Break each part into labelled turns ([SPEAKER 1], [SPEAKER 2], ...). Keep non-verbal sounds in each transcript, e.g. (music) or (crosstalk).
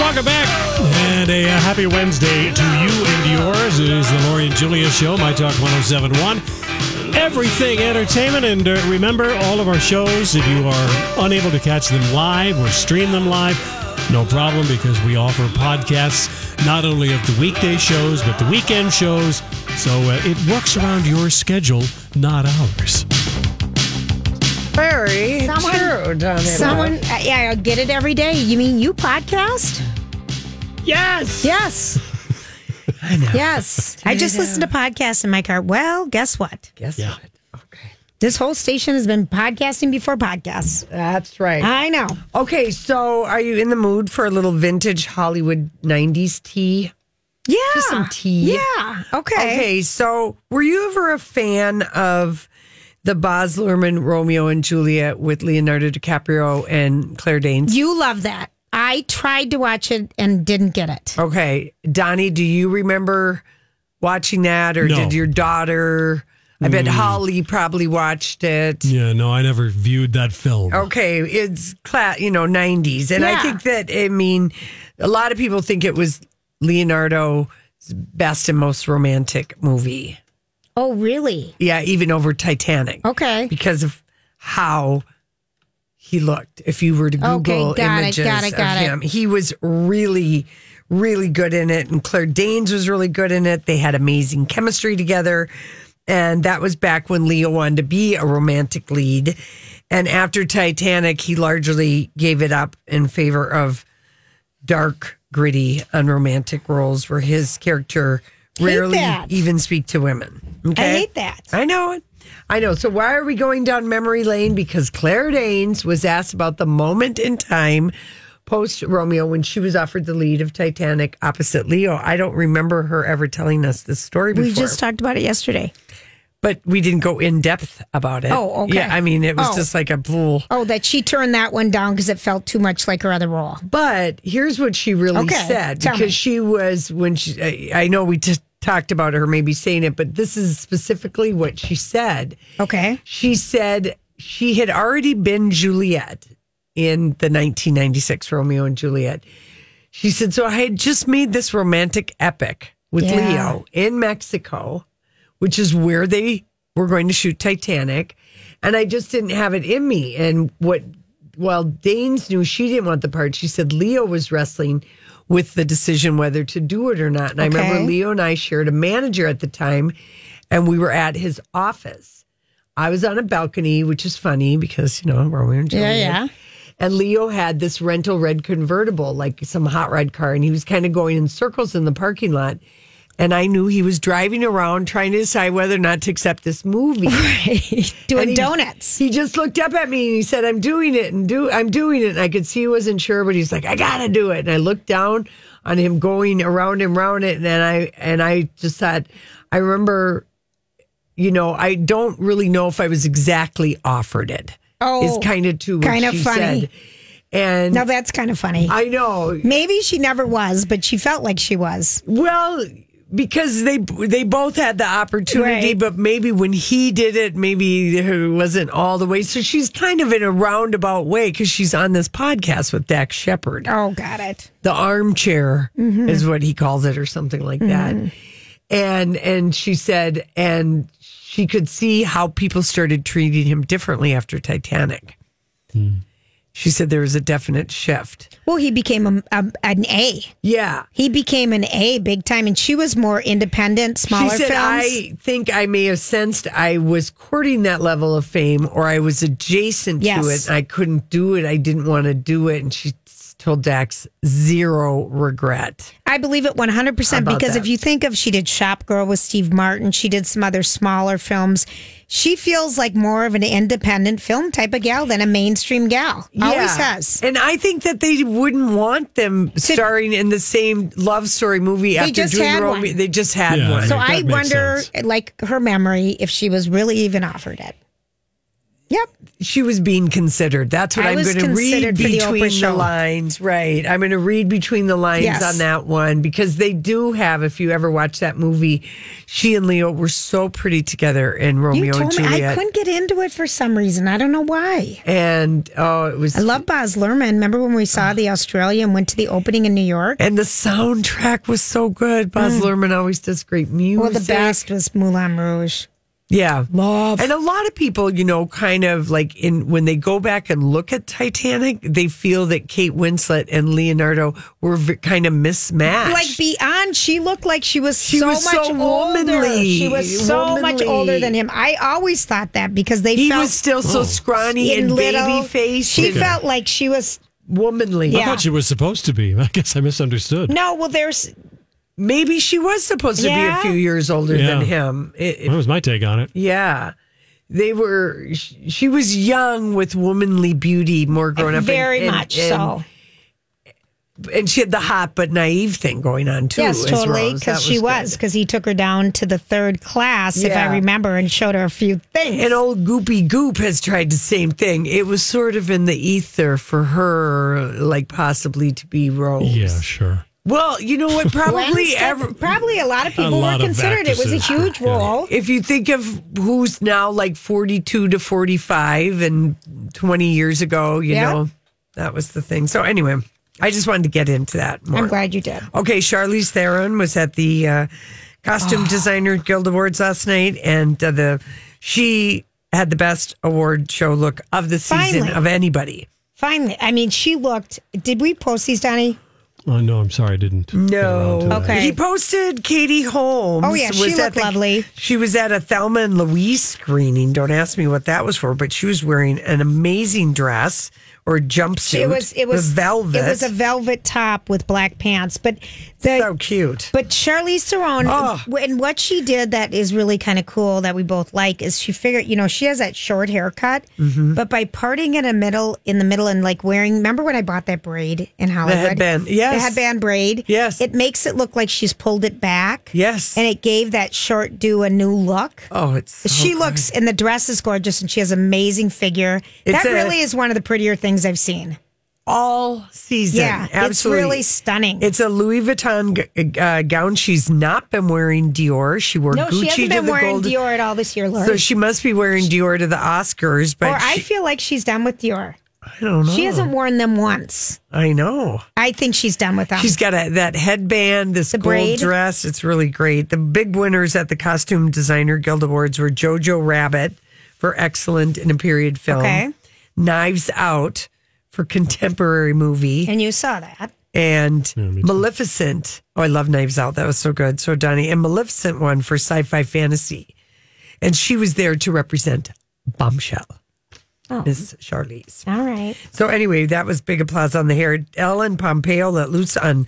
[SPEAKER 1] Welcome back. And a uh, happy Wednesday to you and yours. It is the Lori and Julia Show, My Talk 1071. Everything entertainment. And uh, remember, all of our shows, if you are unable to catch them live or stream them live, no problem because we offer podcasts not only of the weekday shows, but the weekend shows. So uh, it works around your schedule, not ours.
[SPEAKER 2] Very
[SPEAKER 3] Someone-
[SPEAKER 2] true, Donita.
[SPEAKER 3] Someone, uh, yeah, I get it every day. You mean you podcast?
[SPEAKER 1] Yes!
[SPEAKER 3] Yes. (laughs) I
[SPEAKER 2] know.
[SPEAKER 3] Yes. I just listened to podcasts in my car. Well, guess what?
[SPEAKER 2] Guess
[SPEAKER 1] Yeah.
[SPEAKER 2] what? Okay,
[SPEAKER 3] This whole station has been podcasting before podcasts.
[SPEAKER 2] that's right.
[SPEAKER 3] I know.
[SPEAKER 2] okay, so are you in the mood for a little vintage Hollywood '90s tea?
[SPEAKER 3] Yeah.
[SPEAKER 2] Just some tea.
[SPEAKER 3] Yeah. Okay.
[SPEAKER 2] Okay, so were you ever a fan of the Baz Luhrmann Romeo and Juliet with Leonardo DiCaprio and Claire Danes?
[SPEAKER 3] You love that. I tried to watch it and didn't get it.
[SPEAKER 2] Okay, Donnie, do you remember watching that, or
[SPEAKER 1] No. Mm.
[SPEAKER 2] did your daughter? I bet Holly probably watched it.
[SPEAKER 1] Yeah, no, I never viewed that film.
[SPEAKER 2] Okay, it's class, you know, 90s. And I
[SPEAKER 3] Yeah.
[SPEAKER 2] think that, I mean, a lot of people think it was Leonardo's best and most romantic movie.
[SPEAKER 3] Oh, really?
[SPEAKER 2] Yeah, even over Titanic
[SPEAKER 3] Okay.
[SPEAKER 2] because of how he looked. If you were to
[SPEAKER 3] Okay,
[SPEAKER 2] Google
[SPEAKER 3] got it,
[SPEAKER 2] images
[SPEAKER 3] got it, got
[SPEAKER 2] of
[SPEAKER 3] it.
[SPEAKER 2] him, he was really, really good in it. And Claire Danes was really good in it. They had amazing chemistry together. And that was back when Leo wanted to be a romantic lead. And after Titanic, he largely gave it up in favor of dark, gritty, unromantic roles where his character rarely
[SPEAKER 3] that.
[SPEAKER 2] even speak to women. Okay?
[SPEAKER 3] I hate that.
[SPEAKER 2] I know it. I know. So why are we going down memory lane? Because Claire Danes was asked about the moment in time post Romeo when she was offered the lead of Titanic opposite Leo. I don't remember her ever telling us this story before,
[SPEAKER 3] We just talked about it yesterday.
[SPEAKER 2] but we didn't go in depth about it.
[SPEAKER 3] Oh, okay.
[SPEAKER 2] Yeah, I mean, it was
[SPEAKER 3] Oh.
[SPEAKER 2] just like a fool.
[SPEAKER 3] Oh, that she turned that one down because it felt too much like her other role.
[SPEAKER 2] But here's what she really
[SPEAKER 3] Okay,
[SPEAKER 2] said
[SPEAKER 3] tell
[SPEAKER 2] because
[SPEAKER 3] me.
[SPEAKER 2] she was when she. I, I know we just talked about her maybe saying it, but this is specifically what she said.
[SPEAKER 3] Okay.
[SPEAKER 2] She said she had already been Juliet in the 1996 Romeo and Juliet. She said, So I had just made this romantic epic with
[SPEAKER 3] Yeah.
[SPEAKER 2] Leo in Mexico, which is where they were going to shoot Titanic. And I just didn't have it in me. And what, while Danes knew she didn't want the part, she said Leo was wrestling with the decision whether to do it or not. And I remember
[SPEAKER 3] Okay.
[SPEAKER 2] Leo and I shared a manager at the time, and we were at his office. I was on a balcony, which is funny because, you know, Romeo and
[SPEAKER 3] Yeah,
[SPEAKER 2] Juliet.
[SPEAKER 3] yeah.
[SPEAKER 2] And Leo had this rental red convertible, like some hot red car, and he was kind of going in circles in the parking lot. And I knew he was driving around trying to decide whether or not to accept this movie.
[SPEAKER 3] (laughs) Doing
[SPEAKER 2] And he-
[SPEAKER 3] donuts.
[SPEAKER 2] He just looked up at me and he said, "I'm doing it and do I'm doing it." And I could see he wasn't sure, but he's like, "I gotta do it." And I looked down on him going around and round it, and then I and I just thought, I remember, you know, I don't really know if I was exactly offered it.
[SPEAKER 3] Oh,
[SPEAKER 2] is kind of too
[SPEAKER 3] kind of funny.
[SPEAKER 2] Said. And
[SPEAKER 3] Now that's kind of funny.
[SPEAKER 2] I know.
[SPEAKER 3] Maybe she never was, but she felt like she was.
[SPEAKER 2] Well, because they they both had the opportunity,
[SPEAKER 3] Right.
[SPEAKER 2] but maybe when he did it, maybe it wasn't all the way. So she's kind of in a roundabout way because she's on this podcast with Dax Shepard.
[SPEAKER 3] Oh, Mm-hmm. got it.
[SPEAKER 2] The armchair is what he calls it, or something like
[SPEAKER 3] Mm-hmm.
[SPEAKER 2] that. And and she said, and she could see how people started treating him differently after Titanic. She said there was a definite shift.
[SPEAKER 3] Well, he became a, a, an A.
[SPEAKER 2] Yeah.
[SPEAKER 3] He became an A big time, and she was more independent, smaller
[SPEAKER 2] she said,
[SPEAKER 3] films.
[SPEAKER 2] I think I may have sensed I was courting that level of fame or I was adjacent
[SPEAKER 3] Yes.
[SPEAKER 2] to it. I couldn't do it. I didn't want to do it. And she told Dax, zero regret.
[SPEAKER 3] I believe it 100% because
[SPEAKER 2] about that?
[SPEAKER 3] if you think of she did Shop Girl with Steve Martin, she did some other smaller films. She feels like more of an independent film type of gal than a mainstream gal. Always
[SPEAKER 2] Yeah.
[SPEAKER 3] has.
[SPEAKER 2] And I think that they wouldn't want them starring in the same love story movie after
[SPEAKER 3] just
[SPEAKER 2] doing
[SPEAKER 3] had
[SPEAKER 2] their own
[SPEAKER 3] one.
[SPEAKER 2] movie. They just had
[SPEAKER 1] Yeah,
[SPEAKER 2] one.
[SPEAKER 3] So
[SPEAKER 1] That
[SPEAKER 3] I
[SPEAKER 1] makes
[SPEAKER 3] wonder,
[SPEAKER 1] sense.
[SPEAKER 3] like her memory, if she was really even offered it. Yep.
[SPEAKER 2] she was being considered. That's what
[SPEAKER 3] I
[SPEAKER 2] I am
[SPEAKER 3] was
[SPEAKER 2] going to read
[SPEAKER 3] considered for the Oprah
[SPEAKER 2] between the,
[SPEAKER 3] show.
[SPEAKER 2] lines. Right. I'm going to read between the lines
[SPEAKER 3] Yes.
[SPEAKER 2] on that one because they do have, if you ever watch that movie, she and Leo were so pretty together in
[SPEAKER 3] You
[SPEAKER 2] Romeo and
[SPEAKER 3] told me I
[SPEAKER 2] Juliet.
[SPEAKER 3] couldn't get into it for some reason. I don't know why.
[SPEAKER 2] and oh, it was.
[SPEAKER 3] I love Boz Luhrmann. Remember when we
[SPEAKER 2] Ah.
[SPEAKER 3] saw the Australia and went to the opening in New York?
[SPEAKER 2] and the soundtrack was so good. Baz Luhrmann always does great music.
[SPEAKER 3] Mm. Well, the best was Moulin Rouge.
[SPEAKER 2] Yeah. Love. And a lot of people, you know, kind of like in when they go back and look at Titanic, they feel that Kate Winslet and Leonardo were v- kind of mismatched.
[SPEAKER 3] Like beyond, she looked like she was
[SPEAKER 2] Ah, She
[SPEAKER 3] so
[SPEAKER 2] was
[SPEAKER 3] much
[SPEAKER 2] so
[SPEAKER 3] older.
[SPEAKER 2] womanly,
[SPEAKER 3] She was so much
[SPEAKER 2] womanly.
[SPEAKER 3] older than him. I always thought that because they
[SPEAKER 2] he
[SPEAKER 3] felt
[SPEAKER 2] was still
[SPEAKER 1] Oh.
[SPEAKER 2] so scrawny
[SPEAKER 3] in
[SPEAKER 2] and
[SPEAKER 3] little.
[SPEAKER 2] baby faced.
[SPEAKER 3] She
[SPEAKER 2] and
[SPEAKER 3] felt like she was
[SPEAKER 2] womanly.
[SPEAKER 3] Yeah.
[SPEAKER 1] I thought she was supposed to be. (laughs) I guess I misunderstood.
[SPEAKER 3] no. Well, there's
[SPEAKER 2] Maybe she was supposed to
[SPEAKER 3] Yeah.
[SPEAKER 2] be a few years older
[SPEAKER 1] Yeah.
[SPEAKER 2] than him. It- it-
[SPEAKER 1] That was my take on it.
[SPEAKER 2] yeah. They were, sh- she was young with womanly beauty, more grown up. and-
[SPEAKER 3] Uh, very
[SPEAKER 2] and-
[SPEAKER 3] much
[SPEAKER 2] and-
[SPEAKER 3] so.
[SPEAKER 2] And she had the hot but naive thing going on too.
[SPEAKER 3] Yes,
[SPEAKER 2] as
[SPEAKER 3] totally.
[SPEAKER 2] Rose. That
[SPEAKER 3] Because she
[SPEAKER 2] good.
[SPEAKER 3] was, because he took her down to the third class, if
[SPEAKER 2] Yeah.
[SPEAKER 3] I remember, and showed her a few things.
[SPEAKER 2] And old Goopy Goop has tried the same thing. It was sort of in the ether for her, like possibly to be Rose.
[SPEAKER 1] Yeah, sure.
[SPEAKER 2] Well, you
[SPEAKER 3] (laughs)
[SPEAKER 2] know what? Probably
[SPEAKER 3] Wednesday-
[SPEAKER 2] ever.
[SPEAKER 3] probably a lot of
[SPEAKER 1] A
[SPEAKER 3] people
[SPEAKER 1] lot
[SPEAKER 3] were
[SPEAKER 1] of
[SPEAKER 3] considered. It was a
[SPEAKER 1] actresses.
[SPEAKER 3] huge
[SPEAKER 1] Yeah.
[SPEAKER 3] role.
[SPEAKER 2] If you think of who's now like 42 to 45 and 20 years ago, you
[SPEAKER 3] Yeah.
[SPEAKER 2] know, that was the thing. So, anyway, I just wanted to get into that more.
[SPEAKER 3] I'm glad you did.
[SPEAKER 2] Okay, Charlize Theron was at the uh, Costume
[SPEAKER 3] Ah.
[SPEAKER 2] Designer Guild Awards last night, and uh, the she had the best award show look of the season
[SPEAKER 3] Finally.
[SPEAKER 2] of anybody.
[SPEAKER 3] Finally, I mean, she looked. Did we post these, Donnie?
[SPEAKER 1] Oh no, I'm sorry, I didn't. get around to
[SPEAKER 2] No,
[SPEAKER 1] that.
[SPEAKER 3] Okay.
[SPEAKER 2] He posted Katie Holmes.
[SPEAKER 3] Oh, yeah, she
[SPEAKER 2] was at
[SPEAKER 3] looked lovely.
[SPEAKER 2] She was at a Thelma and Louise screening. Don't ask me what that was for, but she was wearing an amazing dress or jumpsuit.
[SPEAKER 3] It was. It was
[SPEAKER 2] with velvet.
[SPEAKER 3] It was a velvet top with black pants, but the.
[SPEAKER 2] so cute.
[SPEAKER 3] but Charlize Theron,
[SPEAKER 2] Oh.
[SPEAKER 3] and what she did that is really kind of cool that we both like is she figured, you know, she has that short haircut,
[SPEAKER 2] Mm-hmm.
[SPEAKER 3] but by parting it in the middle, in the middle, and like wearing. Remember when I bought that braid in Hollywood?
[SPEAKER 2] headband, yes.
[SPEAKER 3] the headband braid.
[SPEAKER 2] Yes.
[SPEAKER 3] it makes it look like she's pulled it back.
[SPEAKER 2] Yes.
[SPEAKER 3] and it gave that short do a new look.
[SPEAKER 2] Oh, it's so
[SPEAKER 3] she
[SPEAKER 2] good.
[SPEAKER 3] looks and the dress is gorgeous and she has amazing figure
[SPEAKER 2] It's
[SPEAKER 3] that
[SPEAKER 2] a-
[SPEAKER 3] really is one of the prettier things i've seen
[SPEAKER 2] all season.
[SPEAKER 3] yeah
[SPEAKER 2] absolutely.
[SPEAKER 3] it's really stunning
[SPEAKER 2] It's a Louis Vuitton g- uh, gown. She's not been wearing Dior. She wore
[SPEAKER 3] no
[SPEAKER 2] Gucci
[SPEAKER 3] she hasn't
[SPEAKER 2] to
[SPEAKER 3] been
[SPEAKER 2] the
[SPEAKER 3] wearing
[SPEAKER 2] gold.
[SPEAKER 3] dior at all this year Lori.
[SPEAKER 2] So she must be wearing Dior to the Oscars,
[SPEAKER 3] or
[SPEAKER 2] but
[SPEAKER 3] i
[SPEAKER 2] she- Oh.
[SPEAKER 3] feel like she's done with dior
[SPEAKER 2] I don't know.
[SPEAKER 3] she hasn't worn them once
[SPEAKER 2] I know.
[SPEAKER 3] i think she's done with them
[SPEAKER 2] She's got a, that headband, this
[SPEAKER 3] The
[SPEAKER 2] gold
[SPEAKER 3] braid.
[SPEAKER 2] dress. It's really great. The big winners at the Costume Designer Guild Awards were Jojo Rabbit for excellent in a period film,
[SPEAKER 3] Okay.
[SPEAKER 2] Knives Out for contemporary movie,
[SPEAKER 3] and you saw that
[SPEAKER 2] and Maleficent. Oh, I love Knives Out. That was so good. So Donnie and Maleficent one for sci-fi fantasy, and she was there to represent Bombshell.
[SPEAKER 3] Oh.
[SPEAKER 2] Miss Charlize.
[SPEAKER 3] all right
[SPEAKER 2] So anyway, that was big applause on the hair. Ellen Pompeo let loose on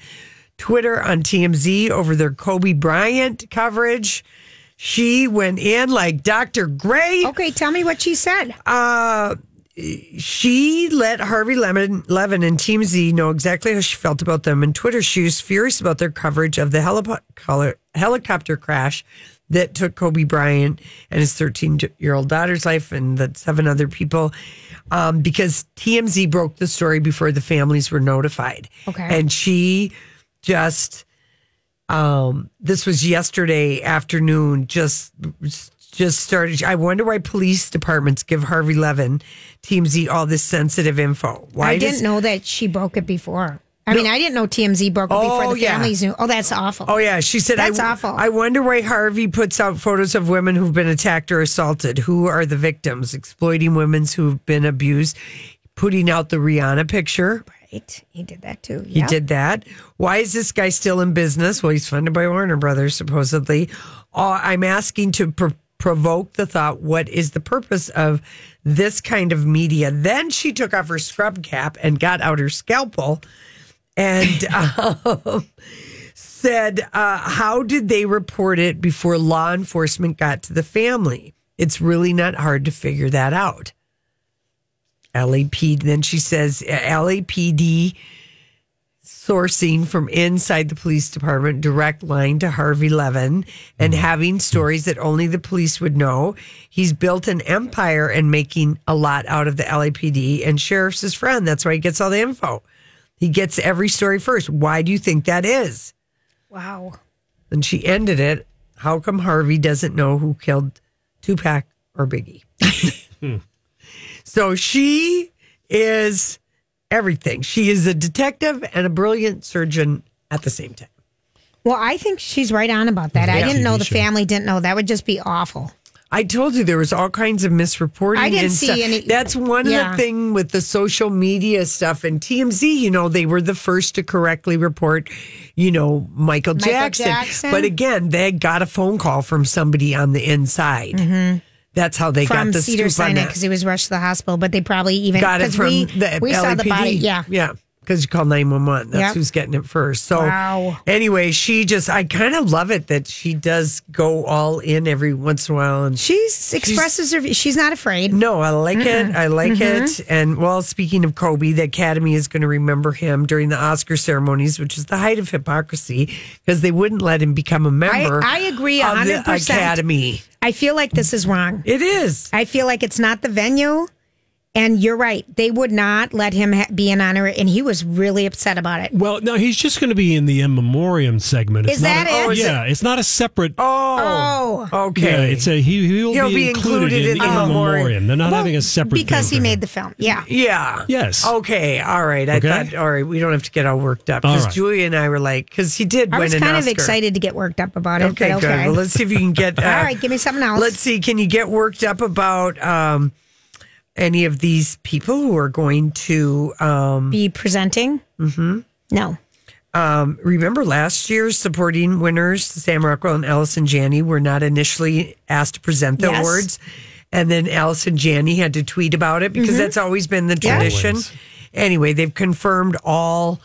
[SPEAKER 2] Twitter on TMZ over their Kobe Bryant coverage. She went in like Dr. Gray.
[SPEAKER 3] okay tell me what she said
[SPEAKER 2] She let Harvey Levin, Levin and Team Z know exactly how she felt about them. And Twitter, she was furious about their coverage of the helipo- color- helicopter crash that took Kobe Bryant and his 13 year old daughter's life and the seven other people um, because TMZ broke the story before the families were notified.
[SPEAKER 3] Okay.
[SPEAKER 2] And she just Um, this was yesterday afternoon. Just just started. I wonder why police departments give Harvey Levin TMZ all this sensitive info. Why
[SPEAKER 3] I didn't
[SPEAKER 2] does-
[SPEAKER 3] know that she broke it before. I mean, I didn't know TMZ broke it
[SPEAKER 2] Oh,
[SPEAKER 3] before the
[SPEAKER 2] yeah.
[SPEAKER 3] families knew. Oh, that's awful.
[SPEAKER 2] Oh yeah, she said
[SPEAKER 3] That's
[SPEAKER 2] I,
[SPEAKER 3] awful.
[SPEAKER 2] I wonder why Harvey puts out photos of women who've been attacked or assaulted. Who are the victims? Exploiting women who've been abused. Putting out the Rihanna picture.
[SPEAKER 3] Right. He did that too.
[SPEAKER 2] He did that. Why is this guy still in business? Well, he's funded by Warner Brothers, supposedly. Uh, I'm asking to pro- provoke the thought what is the purpose of this kind of media? Then she took off her scrub cap and got out her scalpel and (laughs) um, said, uh, How did they report it before law enforcement got to the family? It's really not hard to figure that out. LAPD, then she says, uh, LAPD sourcing from inside the police department, direct line to Harvey Levin, and having stories that only the police would know. He's built an empire and making a lot out of the LAPD and sheriff's his friend. That's why he gets all the info. He gets every story first. Why do you think that is?
[SPEAKER 3] Wow.
[SPEAKER 2] And she ended it. How come Harvey doesn't know who killed Tupac or Biggie? so she is everything. She is a detective and a brilliant surgeon at the same time.
[SPEAKER 3] Well, I think she's right on about that. I didn't know the family didn't know. That would just be awful.
[SPEAKER 2] I told you there was all kinds of misreporting.
[SPEAKER 3] I didn't
[SPEAKER 2] and
[SPEAKER 3] see
[SPEAKER 2] stuff.
[SPEAKER 3] any-
[SPEAKER 2] That's one of
[SPEAKER 3] Yeah.
[SPEAKER 2] the thing with the social media stuff and TMZ. You know, they were the first to correctly report. You know, Michael, Jackson.
[SPEAKER 3] Jackson?
[SPEAKER 2] But again, they got a phone call from somebody on the inside. That's how they
[SPEAKER 3] Mm-hmm. From
[SPEAKER 2] got the
[SPEAKER 3] Cedar
[SPEAKER 2] scoop on
[SPEAKER 3] Sinai
[SPEAKER 2] that.
[SPEAKER 3] because he was rushed to the hospital, but they probably even
[SPEAKER 2] got it
[SPEAKER 3] 'cause
[SPEAKER 2] from
[SPEAKER 3] we,
[SPEAKER 2] the
[SPEAKER 3] we saw the
[SPEAKER 2] LAPD.
[SPEAKER 3] body. Yeah.
[SPEAKER 2] yeah. Because you call nine one one, that's
[SPEAKER 3] Yep.
[SPEAKER 2] who's getting it first. So
[SPEAKER 3] Wow.
[SPEAKER 2] anyway, she just I kind of love it that she does go all in every once in a while and
[SPEAKER 3] She's expresses her. She's not afraid.
[SPEAKER 2] No, I like it. I like
[SPEAKER 3] Mm-hmm.
[SPEAKER 2] it. And well, speaking of Kobe, the Academy is going to remember him during the Oscar ceremonies, which is the height of hypocrisy because they wouldn't let him become a member.
[SPEAKER 3] I agree
[SPEAKER 2] of the
[SPEAKER 3] 100%.
[SPEAKER 2] Academy.
[SPEAKER 3] I feel like this is wrong.
[SPEAKER 2] It is.
[SPEAKER 3] I feel like it's not the venue. And you're right. They would not let him ha- be an honor, and he was really upset about it.
[SPEAKER 1] Well, no, he's just going to be in the in memoriam segment. It's
[SPEAKER 3] Is
[SPEAKER 1] not
[SPEAKER 3] that
[SPEAKER 1] a-
[SPEAKER 3] it? Oh, is
[SPEAKER 1] Yeah, it's not a separate.
[SPEAKER 2] Oh,
[SPEAKER 3] Oh,
[SPEAKER 2] okay.
[SPEAKER 1] Yeah, it's a he. He'll,
[SPEAKER 2] He'll
[SPEAKER 1] be, included, in, in
[SPEAKER 2] the memoriam.
[SPEAKER 1] memoriam. They're not having a separate
[SPEAKER 3] because
[SPEAKER 1] thing for
[SPEAKER 3] he
[SPEAKER 1] him.
[SPEAKER 3] made the film. Yeah.
[SPEAKER 2] Yeah.
[SPEAKER 1] Yes.
[SPEAKER 2] Okay. All right. I
[SPEAKER 1] Okay.
[SPEAKER 2] thought. All right. We don't have to get all worked up
[SPEAKER 1] All
[SPEAKER 2] because
[SPEAKER 1] right.
[SPEAKER 2] Julia and I were like, because he did
[SPEAKER 3] I
[SPEAKER 2] win
[SPEAKER 3] was
[SPEAKER 2] an
[SPEAKER 3] kind of
[SPEAKER 2] Oscar.
[SPEAKER 3] excited to get worked up about it.
[SPEAKER 2] Okay.
[SPEAKER 3] but
[SPEAKER 2] Good.
[SPEAKER 3] okay.
[SPEAKER 2] Well, let's see if you can get.
[SPEAKER 3] (laughs)
[SPEAKER 2] Uh,
[SPEAKER 3] All right, give me something else.
[SPEAKER 2] Let's see. Can you get worked up about um, any of these people who are going to um,
[SPEAKER 3] be presenting. Mm-hmm. No.
[SPEAKER 2] remember last year's supporting winners, Sam Rockwell and Allison Janney, were not initially asked to present the
[SPEAKER 3] Yes.
[SPEAKER 2] awards, and then Allison Janney had to tweet about it because that's always been the tradition.
[SPEAKER 1] Always.
[SPEAKER 2] Anyway, they've confirmed all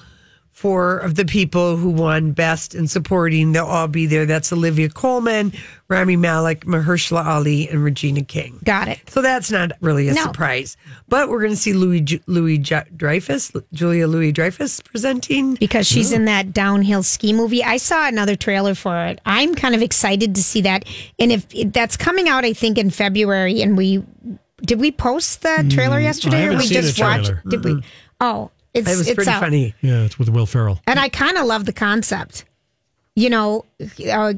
[SPEAKER 2] four of the people who won best in supporting. They'll all be there. That's Olivia Coleman, Rami Malek, Mahershala Ali, and Regina King.
[SPEAKER 3] Got it.
[SPEAKER 2] So that's not really a
[SPEAKER 3] No.
[SPEAKER 2] surprise. But we're going to see Louis Ju- Louis Ju- Dreyfus, Julia Louis Dreyfus presenting.
[SPEAKER 3] Because she's in that downhill ski movie. I saw another trailer for it. I'm kind of excited to see that. And if it, that's coming out, I think in February. And we did we post the
[SPEAKER 2] Mm,
[SPEAKER 3] trailer yesterday,
[SPEAKER 1] haven't
[SPEAKER 3] or we
[SPEAKER 1] seen
[SPEAKER 3] just
[SPEAKER 1] the
[SPEAKER 3] watched?
[SPEAKER 1] trailer.
[SPEAKER 3] Did we? Oh, it's
[SPEAKER 2] It was
[SPEAKER 3] it's
[SPEAKER 2] pretty
[SPEAKER 3] out.
[SPEAKER 2] funny.
[SPEAKER 1] Yeah, it's with Will Ferrell.
[SPEAKER 3] And I kind of love the concept. You know, a,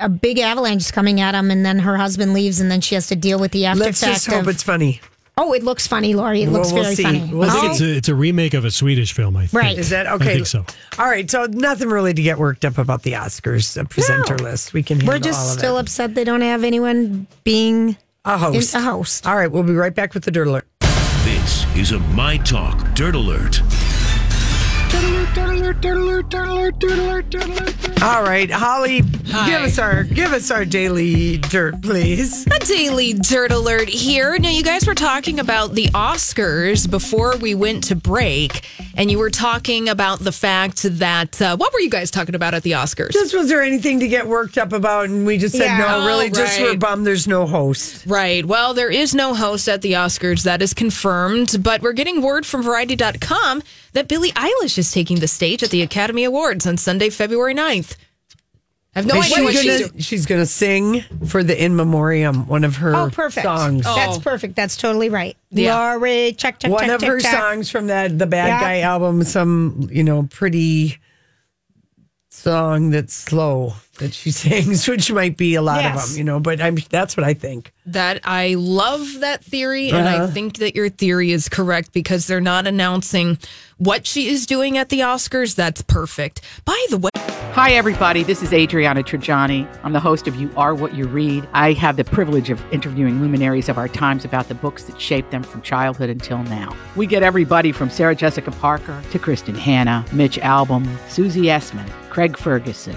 [SPEAKER 3] a big avalanche is coming at him, and then her husband leaves, and then she has to deal with the after
[SPEAKER 2] Let's
[SPEAKER 3] fact
[SPEAKER 2] just hope
[SPEAKER 3] of-
[SPEAKER 2] it's funny.
[SPEAKER 3] oh, it looks funny, Lori. It
[SPEAKER 2] Well,
[SPEAKER 3] looks
[SPEAKER 2] we'll
[SPEAKER 3] very
[SPEAKER 2] see.
[SPEAKER 3] funny.
[SPEAKER 2] We'll
[SPEAKER 1] I think
[SPEAKER 3] Oh,
[SPEAKER 1] it's a, it's a remake of a Swedish film. I think.
[SPEAKER 3] Right.
[SPEAKER 2] Is that okay?
[SPEAKER 1] I think so.
[SPEAKER 2] All right. So nothing really to get worked up about the Oscars uh, presenter
[SPEAKER 3] No.
[SPEAKER 2] list. We can.
[SPEAKER 3] We're
[SPEAKER 2] handle all
[SPEAKER 3] just
[SPEAKER 2] of
[SPEAKER 3] still
[SPEAKER 2] it.
[SPEAKER 3] upset they don't have anyone being
[SPEAKER 2] a host.
[SPEAKER 3] in- a host.
[SPEAKER 2] All right. We'll be right back with the dirt alert.
[SPEAKER 4] This is a My Talk Dirt Alert.
[SPEAKER 2] All right, Holly, give us our give us our daily dirt, please.
[SPEAKER 5] A daily dirt alert here. Now, you guys were talking about the Oscars before we went to break, and you were talking about the fact that uh, what were you guys talking about at the Oscars?
[SPEAKER 2] Just was there anything to get worked up about? And we just said
[SPEAKER 3] Yeah.
[SPEAKER 2] no.
[SPEAKER 5] Oh,
[SPEAKER 2] Really, just we're
[SPEAKER 5] right.
[SPEAKER 2] bummed. There's no host.
[SPEAKER 5] Right. Well, there is no host at the Oscars. That is confirmed. But we're getting word from Variety.com that Billie Eilish is taking the stage at the Academy Awards on Sunday, February 9th. I have no
[SPEAKER 2] Is
[SPEAKER 5] idea
[SPEAKER 2] she
[SPEAKER 5] what she's
[SPEAKER 2] gonna,
[SPEAKER 5] doing.
[SPEAKER 2] she's gonna sing for the in memoriam one of her
[SPEAKER 3] Oh, perfect.
[SPEAKER 2] songs.
[SPEAKER 3] That's perfect. That's totally right. Lori, check, check,
[SPEAKER 2] one
[SPEAKER 3] check,
[SPEAKER 2] of
[SPEAKER 3] check,
[SPEAKER 2] her
[SPEAKER 3] check.
[SPEAKER 2] songs from that the Bad
[SPEAKER 3] Yeah.
[SPEAKER 2] Guy album. Some you know pretty song that's slow that she (laughs) sings, which might be a lot of
[SPEAKER 3] Yes.
[SPEAKER 2] them, you know. But I'm that's what I think.
[SPEAKER 5] That I love that theory, and I think that your theory is correct because they're not announcing what she is doing at the Oscars. That's perfect. By the way,
[SPEAKER 6] Hi, everybody. This is Adriana Trajani. I'm the host of You Are What You Read. I have the privilege of interviewing luminaries of our times about the books that shaped them from childhood until now. We get everybody from Sarah Jessica Parker to Kristen Hanna, Mitch Albom, Susie Essman, Craig Ferguson,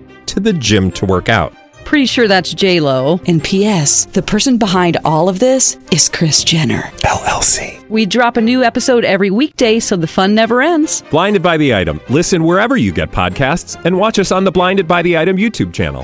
[SPEAKER 1] to the gym to work out.
[SPEAKER 7] Pretty sure that's J Lo.
[SPEAKER 8] And P.S. The person behind all of this is Chris Jenner.
[SPEAKER 1] LLC.
[SPEAKER 7] We drop a new episode every weekday, so the fun never ends.
[SPEAKER 1] Blinded by the Item. Listen wherever you get podcasts and watch us on the Blinded by the Item YouTube channel.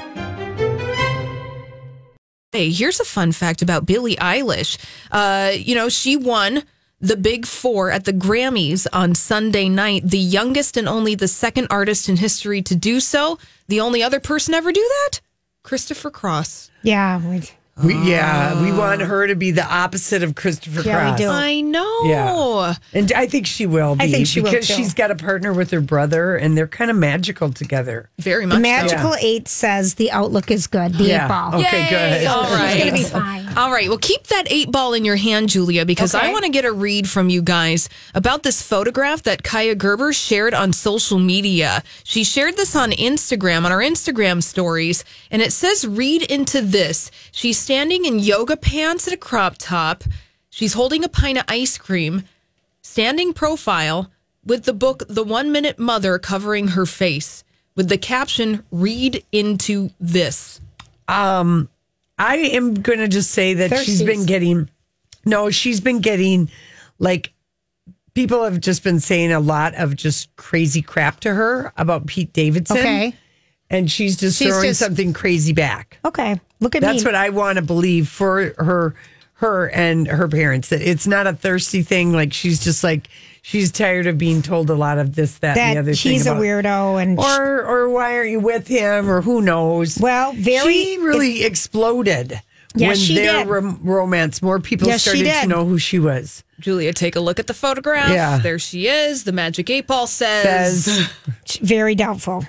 [SPEAKER 5] Hey, here's a fun fact about Billie Eilish. Uh, you know, she won the Big Four at the Grammys on Sunday night, the youngest and only the second artist in history to do so. The only other person ever do that? Christopher Cross.
[SPEAKER 3] Yeah. we-
[SPEAKER 2] We, yeah, we want her to be the opposite of Christopher
[SPEAKER 3] Ah. Yeah, we
[SPEAKER 2] Cross.
[SPEAKER 3] do.
[SPEAKER 5] I know.
[SPEAKER 2] Yeah. And I think she will be
[SPEAKER 3] I think she will,
[SPEAKER 2] because
[SPEAKER 3] too.
[SPEAKER 2] she's got a partner with her brother and they're kind of magical together.
[SPEAKER 5] Very
[SPEAKER 3] The
[SPEAKER 5] much. so.
[SPEAKER 3] magical eight says the outlook is good. The
[SPEAKER 2] Yeah.
[SPEAKER 3] eight ball.
[SPEAKER 2] Okay. good. (laughs)
[SPEAKER 5] All right.
[SPEAKER 3] It's gonna be fine.
[SPEAKER 5] All right. Well, keep that eight ball in your hand, Julia, because I want to get a read from you guys about this photograph that Kaya Gerber shared on social media. She shared this on Instagram, on our Instagram stories, and it says, read into this. She's standing in yoga pants and a crop top. She's holding a pint of ice cream, standing profile with the book The One Minute Mother covering her face with the caption, read into this.
[SPEAKER 2] I am going to just say that she's
[SPEAKER 3] Thirsties.
[SPEAKER 2] been getting, no, she's been getting like people have just been saying a lot of just crazy crap to her about Pete Davidson.
[SPEAKER 3] Okay.
[SPEAKER 2] And she's just
[SPEAKER 3] She's
[SPEAKER 2] throwing
[SPEAKER 3] just-
[SPEAKER 2] something crazy back.
[SPEAKER 3] Okay. Look at
[SPEAKER 2] That's
[SPEAKER 3] me.
[SPEAKER 2] what I want to believe for her, her and her parents that it's not a thirsty thing. Like she's just like, she's tired of being told a lot of this, that, and the other
[SPEAKER 3] that
[SPEAKER 2] thing.
[SPEAKER 3] she's a
[SPEAKER 2] about-
[SPEAKER 3] weirdo and
[SPEAKER 2] Or, or why aren't you with him? Or who knows?
[SPEAKER 3] Well, very-
[SPEAKER 2] She really exploded
[SPEAKER 3] Yeah,
[SPEAKER 2] when
[SPEAKER 3] she
[SPEAKER 2] their
[SPEAKER 3] did.
[SPEAKER 2] rom- romance, more people
[SPEAKER 3] Yes, she
[SPEAKER 2] started to
[SPEAKER 3] did.
[SPEAKER 2] know who she was.
[SPEAKER 5] Julia, take a look at the photograph.
[SPEAKER 2] Yeah.
[SPEAKER 5] There she is. The magic eight ball says.
[SPEAKER 2] Says
[SPEAKER 3] very doubtful.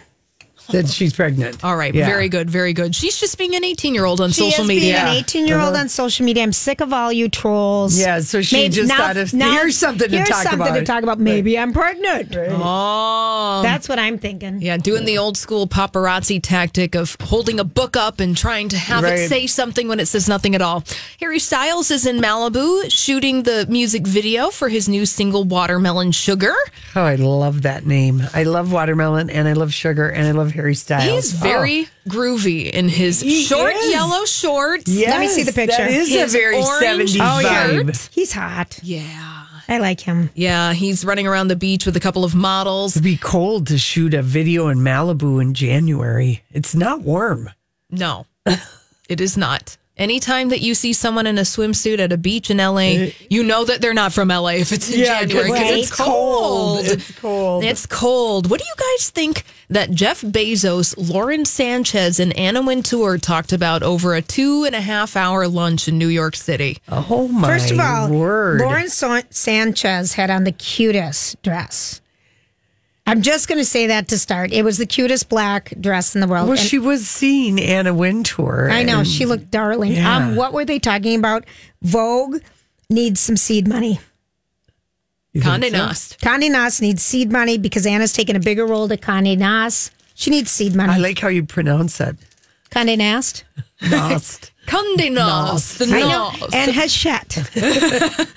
[SPEAKER 2] that she's pregnant.
[SPEAKER 5] (laughs) All right.
[SPEAKER 2] Yeah.
[SPEAKER 5] Very good. Very good. She's just being an 18 year old on
[SPEAKER 3] She
[SPEAKER 5] social
[SPEAKER 3] is
[SPEAKER 5] media.
[SPEAKER 3] being an 18 year old on social media. I'm sick of all you trolls.
[SPEAKER 2] Uh-huh. Yeah, so she just thought of- here's something to
[SPEAKER 3] here's
[SPEAKER 2] talk
[SPEAKER 3] something
[SPEAKER 2] about.
[SPEAKER 3] to talk about. Maybe I'm pregnant.
[SPEAKER 5] Oh.
[SPEAKER 3] That's what I'm thinking.
[SPEAKER 5] yeah, doing the old school paparazzi tactic of holding a book up and trying to have
[SPEAKER 2] Right.
[SPEAKER 5] it say something when it says nothing at all. Harry Styles is in Malibu shooting the music video for his new single Watermelon Sugar.
[SPEAKER 2] Oh, I love that name. I love watermelon and I love sugar and I love Harry Styles.
[SPEAKER 5] He's very groovy in his
[SPEAKER 2] Oh. He
[SPEAKER 5] short
[SPEAKER 2] is.
[SPEAKER 5] yellow shorts.
[SPEAKER 2] Oh,
[SPEAKER 3] Let me see the
[SPEAKER 2] yes, That
[SPEAKER 3] picture. Oh,
[SPEAKER 2] is
[SPEAKER 5] His
[SPEAKER 2] a very
[SPEAKER 5] orange
[SPEAKER 2] 70s
[SPEAKER 5] shirt.
[SPEAKER 2] vibe.
[SPEAKER 3] He's hot.
[SPEAKER 5] Yeah.
[SPEAKER 3] I like him.
[SPEAKER 5] Yeah, he's running around the beach with a couple of models.
[SPEAKER 2] It'd be cold to shoot a video in Malibu in January. It's not warm.
[SPEAKER 5] No, it is not. Anytime that you see someone in a swimsuit at a beach in LA, you know that they're not from LA if it's in January because it's cold.
[SPEAKER 2] It's cold.
[SPEAKER 5] It's cold. What do you guys think that Jeff Bezos, Lauren Sanchez, and Anna Wintour talked about over a two and a half hour lunch in New York City?
[SPEAKER 2] oh my
[SPEAKER 3] First of all,
[SPEAKER 2] word.
[SPEAKER 3] Lauren Sa- Sanchez had on the cutest dress. I'm just going to say that to start. It was the cutest black dress in the world.
[SPEAKER 2] Well,
[SPEAKER 3] And
[SPEAKER 2] she was seeing Anna Wintour.
[SPEAKER 3] I know
[SPEAKER 2] and-
[SPEAKER 3] she looked darling.
[SPEAKER 2] Yeah.
[SPEAKER 3] Um, what were they talking about? Vogue needs some seed money.
[SPEAKER 2] You think
[SPEAKER 5] Condé
[SPEAKER 2] so?
[SPEAKER 5] Nast.
[SPEAKER 3] Condé Nast needs seed money because Anna's taking a bigger role to Condé Nast. She needs seed money.
[SPEAKER 2] I like how you pronounce it.
[SPEAKER 3] Condé Nast
[SPEAKER 2] Nast.
[SPEAKER 5] Condé Nast.
[SPEAKER 3] I know.
[SPEAKER 5] Nast.
[SPEAKER 3] and Hachette.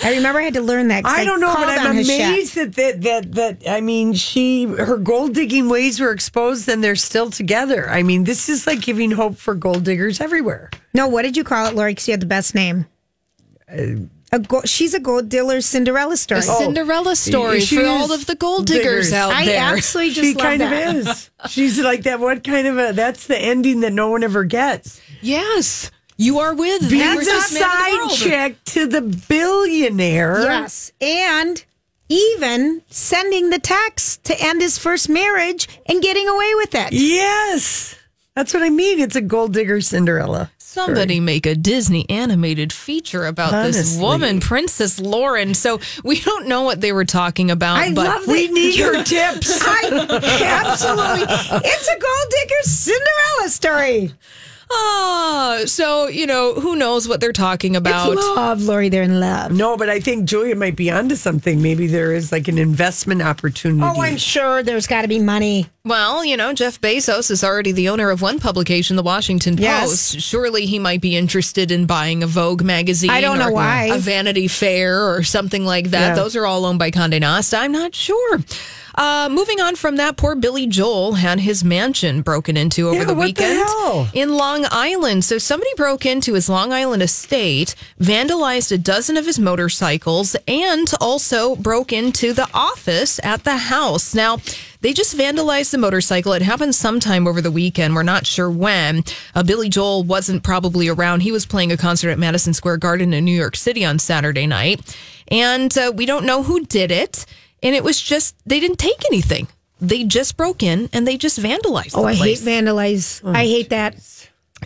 [SPEAKER 3] I remember I had to learn that. 'cause
[SPEAKER 2] I don't know, but
[SPEAKER 3] called
[SPEAKER 2] I'm
[SPEAKER 3] on Hachette.
[SPEAKER 2] amazed that, that that that I mean, she her gold digging ways were exposed, and they're still together. I mean, this is like giving hope for gold diggers everywhere.
[SPEAKER 3] No, what did you call it, Lori? Because you had the best name. A go- she's a gold dealer Cinderella story.
[SPEAKER 5] A Cinderella story
[SPEAKER 2] She
[SPEAKER 5] for
[SPEAKER 2] is
[SPEAKER 5] all of the gold diggers,
[SPEAKER 2] diggers.
[SPEAKER 5] out
[SPEAKER 3] I
[SPEAKER 5] there.
[SPEAKER 3] absolutely just
[SPEAKER 2] she
[SPEAKER 3] love
[SPEAKER 2] kind
[SPEAKER 3] that.
[SPEAKER 2] of (laughs) is. She's like that. What kind of a? That's the ending that no one ever gets.
[SPEAKER 5] yes, you are with the
[SPEAKER 2] Being a
[SPEAKER 5] richest man in the
[SPEAKER 2] side
[SPEAKER 5] world.
[SPEAKER 2] check to the billionaire.
[SPEAKER 3] Yes, Oh, and even sending the text to end his first marriage and getting away with it.
[SPEAKER 2] Yes. That's what I mean. It's a gold digger Cinderella.
[SPEAKER 5] Somebody make a Disney animated feature about this
[SPEAKER 2] Honestly.
[SPEAKER 5] woman, Princess Lauren. So we don't know what they were talking about,
[SPEAKER 3] I
[SPEAKER 5] but
[SPEAKER 3] love
[SPEAKER 2] We
[SPEAKER 3] that
[SPEAKER 2] need
[SPEAKER 3] you're-
[SPEAKER 2] (laughs) your tips.
[SPEAKER 3] I absolutely. It's a gold digger Cinderella story.
[SPEAKER 5] Ah, so you know who knows what they're talking about.
[SPEAKER 3] It's love, Lori. They're in love.
[SPEAKER 2] No, but I think Julia might be onto something. Maybe there is like an investment opportunity.
[SPEAKER 3] Oh, I'm sure there's got to be money.
[SPEAKER 5] Well, you know, Jeff Bezos is already the owner of one publication, The Washington
[SPEAKER 3] Yes.
[SPEAKER 5] Post. Surely he might be interested in buying a Vogue magazine.
[SPEAKER 3] I don't know
[SPEAKER 5] or
[SPEAKER 3] why.
[SPEAKER 5] A Vanity Fair or something like that.
[SPEAKER 2] Yeah.
[SPEAKER 5] Those are all owned by Condé Nast. I'm not sure. Uh, moving on from that, poor Billy Joel had his mansion broken into over
[SPEAKER 2] Yeah,
[SPEAKER 5] the
[SPEAKER 2] what the
[SPEAKER 5] weekend
[SPEAKER 2] hell?
[SPEAKER 5] in Long Island. So somebody broke into his Long Island estate, vandalized a dozen of his motorcycles, and also broke into the office at the house. Now, they just vandalized the motorcycle. It happened sometime over the weekend. We're not sure when. Uh, Billy Joel wasn't probably around. He was playing a concert at Madison Square Garden in New York City on Saturday night. And uh, we don't know who did it. And it was just, they didn't take anything. They just broke in and they just vandalized.
[SPEAKER 3] Oh,
[SPEAKER 5] the
[SPEAKER 3] I hate
[SPEAKER 5] place.
[SPEAKER 3] vandalize. I hate that.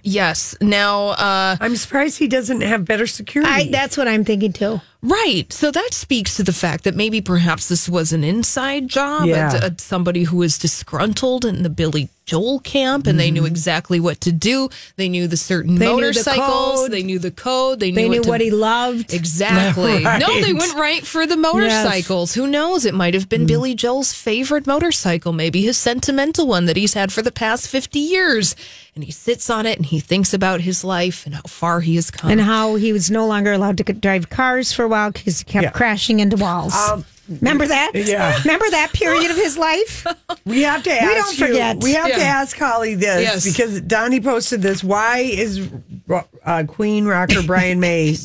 [SPEAKER 5] Yes. Now, uh,
[SPEAKER 2] I'm surprised he doesn't have better security.
[SPEAKER 3] I. That's what I'm thinking too.
[SPEAKER 5] right. So that speaks to the fact that maybe perhaps this was an inside job,
[SPEAKER 2] Yeah.
[SPEAKER 5] a, a- somebody who was disgruntled in the Billy Joel camp, and they knew exactly what to do. They knew the certain
[SPEAKER 3] Mm-hmm. They knew the
[SPEAKER 5] motorcycles.
[SPEAKER 3] code.
[SPEAKER 5] they knew the code. They knew,
[SPEAKER 3] They knew
[SPEAKER 5] to-
[SPEAKER 3] what he loved. (laughs)
[SPEAKER 5] Exactly.
[SPEAKER 2] Right.
[SPEAKER 5] No, they went right for the motorcycles. Who knows? It might have
[SPEAKER 3] Mm.
[SPEAKER 5] been Billy Joel's favorite motorcycle, maybe his sentimental one that he's had for the past 50 years. And he sits on it and he thinks about his life and how far he has come.
[SPEAKER 3] and how he was no longer allowed to c- drive cars for a while because he kept
[SPEAKER 2] Yeah. Um,
[SPEAKER 3] crashing into walls. Remember that?
[SPEAKER 2] yeah.
[SPEAKER 3] Remember that period of his life?
[SPEAKER 2] We have to ask
[SPEAKER 3] don't
[SPEAKER 2] you-
[SPEAKER 3] forget.
[SPEAKER 2] We have to
[SPEAKER 5] Yeah.
[SPEAKER 2] ask Holly this
[SPEAKER 5] Yes.
[SPEAKER 2] because Donnie posted this. Why is uh, Queen rocker
[SPEAKER 3] (laughs)
[SPEAKER 2] Brian May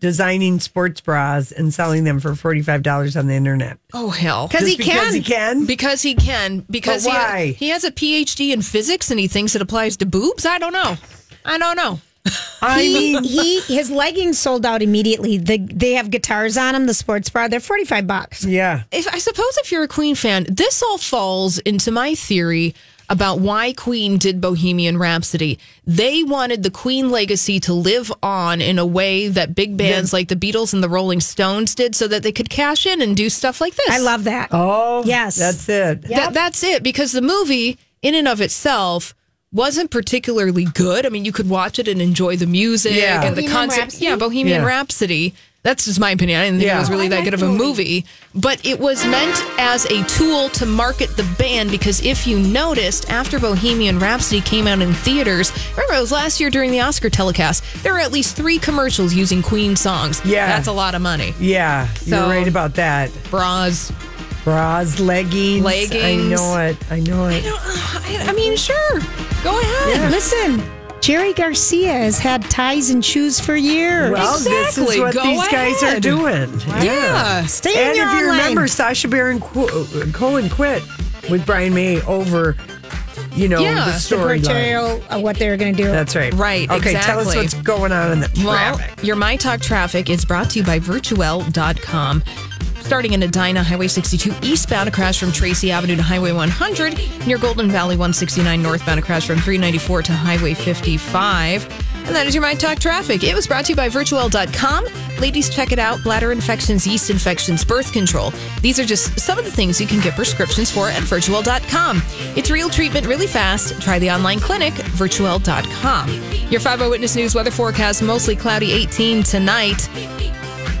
[SPEAKER 2] designing sports bras and selling them for forty five dollars on the internet?
[SPEAKER 5] oh, hell.
[SPEAKER 3] Because he
[SPEAKER 2] Just because
[SPEAKER 3] can.
[SPEAKER 2] he can.
[SPEAKER 5] Because he can. Because he-
[SPEAKER 2] why?
[SPEAKER 5] He, has a PhD in physics and he thinks it applies to boobs. I don't know. I don't know.
[SPEAKER 2] (laughs) I
[SPEAKER 3] He,
[SPEAKER 2] mean,
[SPEAKER 3] he his leggings sold out immediately. The, they have guitars on them. The sports bra. They're forty five bucks.
[SPEAKER 2] yeah,
[SPEAKER 5] If I suppose if you're a Queen fan, this all falls into my theory about why Queen did Bohemian Rhapsody. They wanted the Queen legacy to live on in a way that big bands like the Beatles and the Rolling Stones did so that they could cash in and do stuff like this.
[SPEAKER 3] I love that.
[SPEAKER 2] oh
[SPEAKER 3] Yes.
[SPEAKER 2] that's it.
[SPEAKER 5] That, that's it because the movie in and of itself wasn't particularly good. I mean, you could watch it and enjoy the music
[SPEAKER 2] Yeah.
[SPEAKER 5] and the
[SPEAKER 3] Bohemian
[SPEAKER 5] concept.
[SPEAKER 3] Rhapsody?
[SPEAKER 5] Yeah, Bohemian
[SPEAKER 2] Yeah.
[SPEAKER 5] Rhapsody. That's just my opinion. I didn't think
[SPEAKER 2] Yeah.
[SPEAKER 5] it was really
[SPEAKER 3] I
[SPEAKER 5] that
[SPEAKER 3] like
[SPEAKER 5] good of a
[SPEAKER 3] the
[SPEAKER 5] movie, but it was meant as a tool to market the band because if you noticed, after Bohemian Rhapsody came out in theaters, remember it was last year during the Oscar telecast, there were at least three commercials using Queen songs.
[SPEAKER 2] Yeah.
[SPEAKER 5] That's a lot of money.
[SPEAKER 2] Yeah,
[SPEAKER 5] So-
[SPEAKER 2] you're right about that.
[SPEAKER 5] Bras,
[SPEAKER 2] Bras, leggings, I
[SPEAKER 5] Leggings.
[SPEAKER 2] know it. I know it.
[SPEAKER 5] I don't. I, I mean, sure. Go ahead.
[SPEAKER 3] Listen, Jerry Garcia has had ties and shoes for years.
[SPEAKER 2] Well, this is
[SPEAKER 5] Exactly.
[SPEAKER 2] what
[SPEAKER 5] Go
[SPEAKER 2] these guys are
[SPEAKER 5] ahead.
[SPEAKER 2] doing.
[SPEAKER 5] Yeah.
[SPEAKER 3] Stay in
[SPEAKER 2] And
[SPEAKER 3] your
[SPEAKER 2] if you
[SPEAKER 3] own lane.
[SPEAKER 2] remember, Sasha Baron Co- Cohen quit with Brian May over, you know,
[SPEAKER 5] Yeah,
[SPEAKER 2] the
[SPEAKER 5] the
[SPEAKER 3] the
[SPEAKER 2] storyline.
[SPEAKER 3] portrayal of what they're going to do.
[SPEAKER 2] That's right.
[SPEAKER 5] Right,
[SPEAKER 2] Okay, tell us
[SPEAKER 5] exactly.
[SPEAKER 2] what's going on in the
[SPEAKER 5] Well,
[SPEAKER 2] traffic.
[SPEAKER 5] your My Talk traffic is brought to you by virtuel.com. Starting in Edina, Highway 62 eastbound, a crash from Tracy Avenue to Highway 100, near Golden Valley 169 northbound, a crash from 394 to Highway 55. And that is your My Talk traffic. It was brought to you by virtuel.com. Ladies, check it out bladder infections, yeast infections, birth control. These are just some of the things you can get prescriptions for at virtuel.com. It's real treatment really fast. Try the online clinic, virtuel.com. Your 5 Eyewitness News weather forecast mostly cloudy 18 tonight.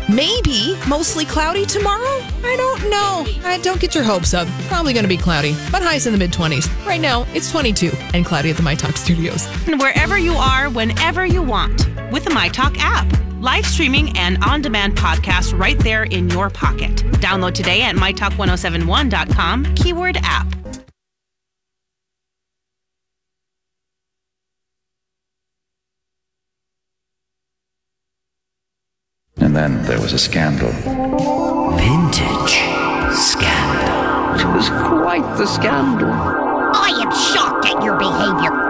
[SPEAKER 5] Maybe mostly cloudy tomorrow? I don't know. I don't get your hopes up. Probably going to be cloudy, but highs in the mid 20s. Right now, it's 22 and cloudy at the My Talk studios.
[SPEAKER 7] And wherever you are, whenever you want, with the MyTalk app. Live streaming and on demand podcasts right there in your pocket. Download today at mytalk1071.com, keyword app.
[SPEAKER 9] And then there was a scandal.
[SPEAKER 10] Vintage scandal.
[SPEAKER 9] It was quite the scandal.
[SPEAKER 10] I am shocked at your behavior.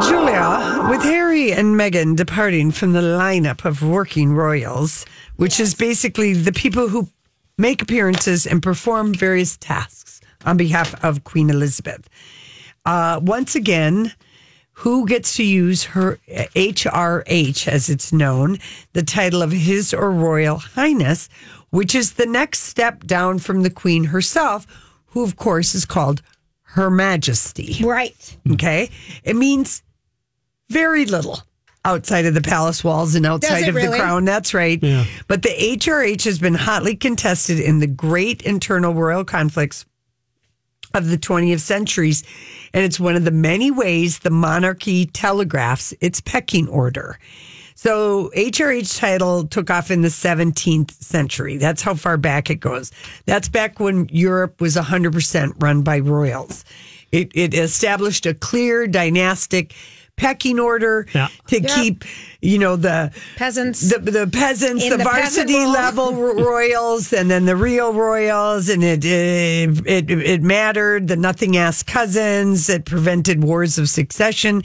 [SPEAKER 2] Julia, with Harry and Meghan departing from the lineup of working royals, which is basically the people who make appearances and perform various tasks on behalf of Queen Elizabeth. Uh, once again, who gets to use her HRH, as it's known, the title of His or Royal Highness, which is the next step down from the Queen herself, who, of course, is called Her Majesty.
[SPEAKER 3] Right.
[SPEAKER 2] Mm-hmm. Okay. It means very little outside of the palace walls and outside
[SPEAKER 3] it
[SPEAKER 2] of the
[SPEAKER 3] really?
[SPEAKER 2] crown. That's right.
[SPEAKER 1] Yeah.
[SPEAKER 2] But the HRH has been hotly contested in the great internal royal conflicts of the 20th centuries. And it's one of the many ways the monarchy telegraphs its pecking order. So HRH title took off in the 17th century. That's how far back it goes. That's back when Europe was 100% run by royals. It, it established a clear dynastic pecking order
[SPEAKER 1] Yeah.
[SPEAKER 2] to keep, you know, the
[SPEAKER 3] Peasants.
[SPEAKER 2] the, the peasants,
[SPEAKER 3] In
[SPEAKER 2] the,
[SPEAKER 3] the peasant
[SPEAKER 2] varsity
[SPEAKER 3] world.
[SPEAKER 2] level ro- royals, and then the real royals, and it it it, it mattered. The nothing ass cousins. It prevented wars of succession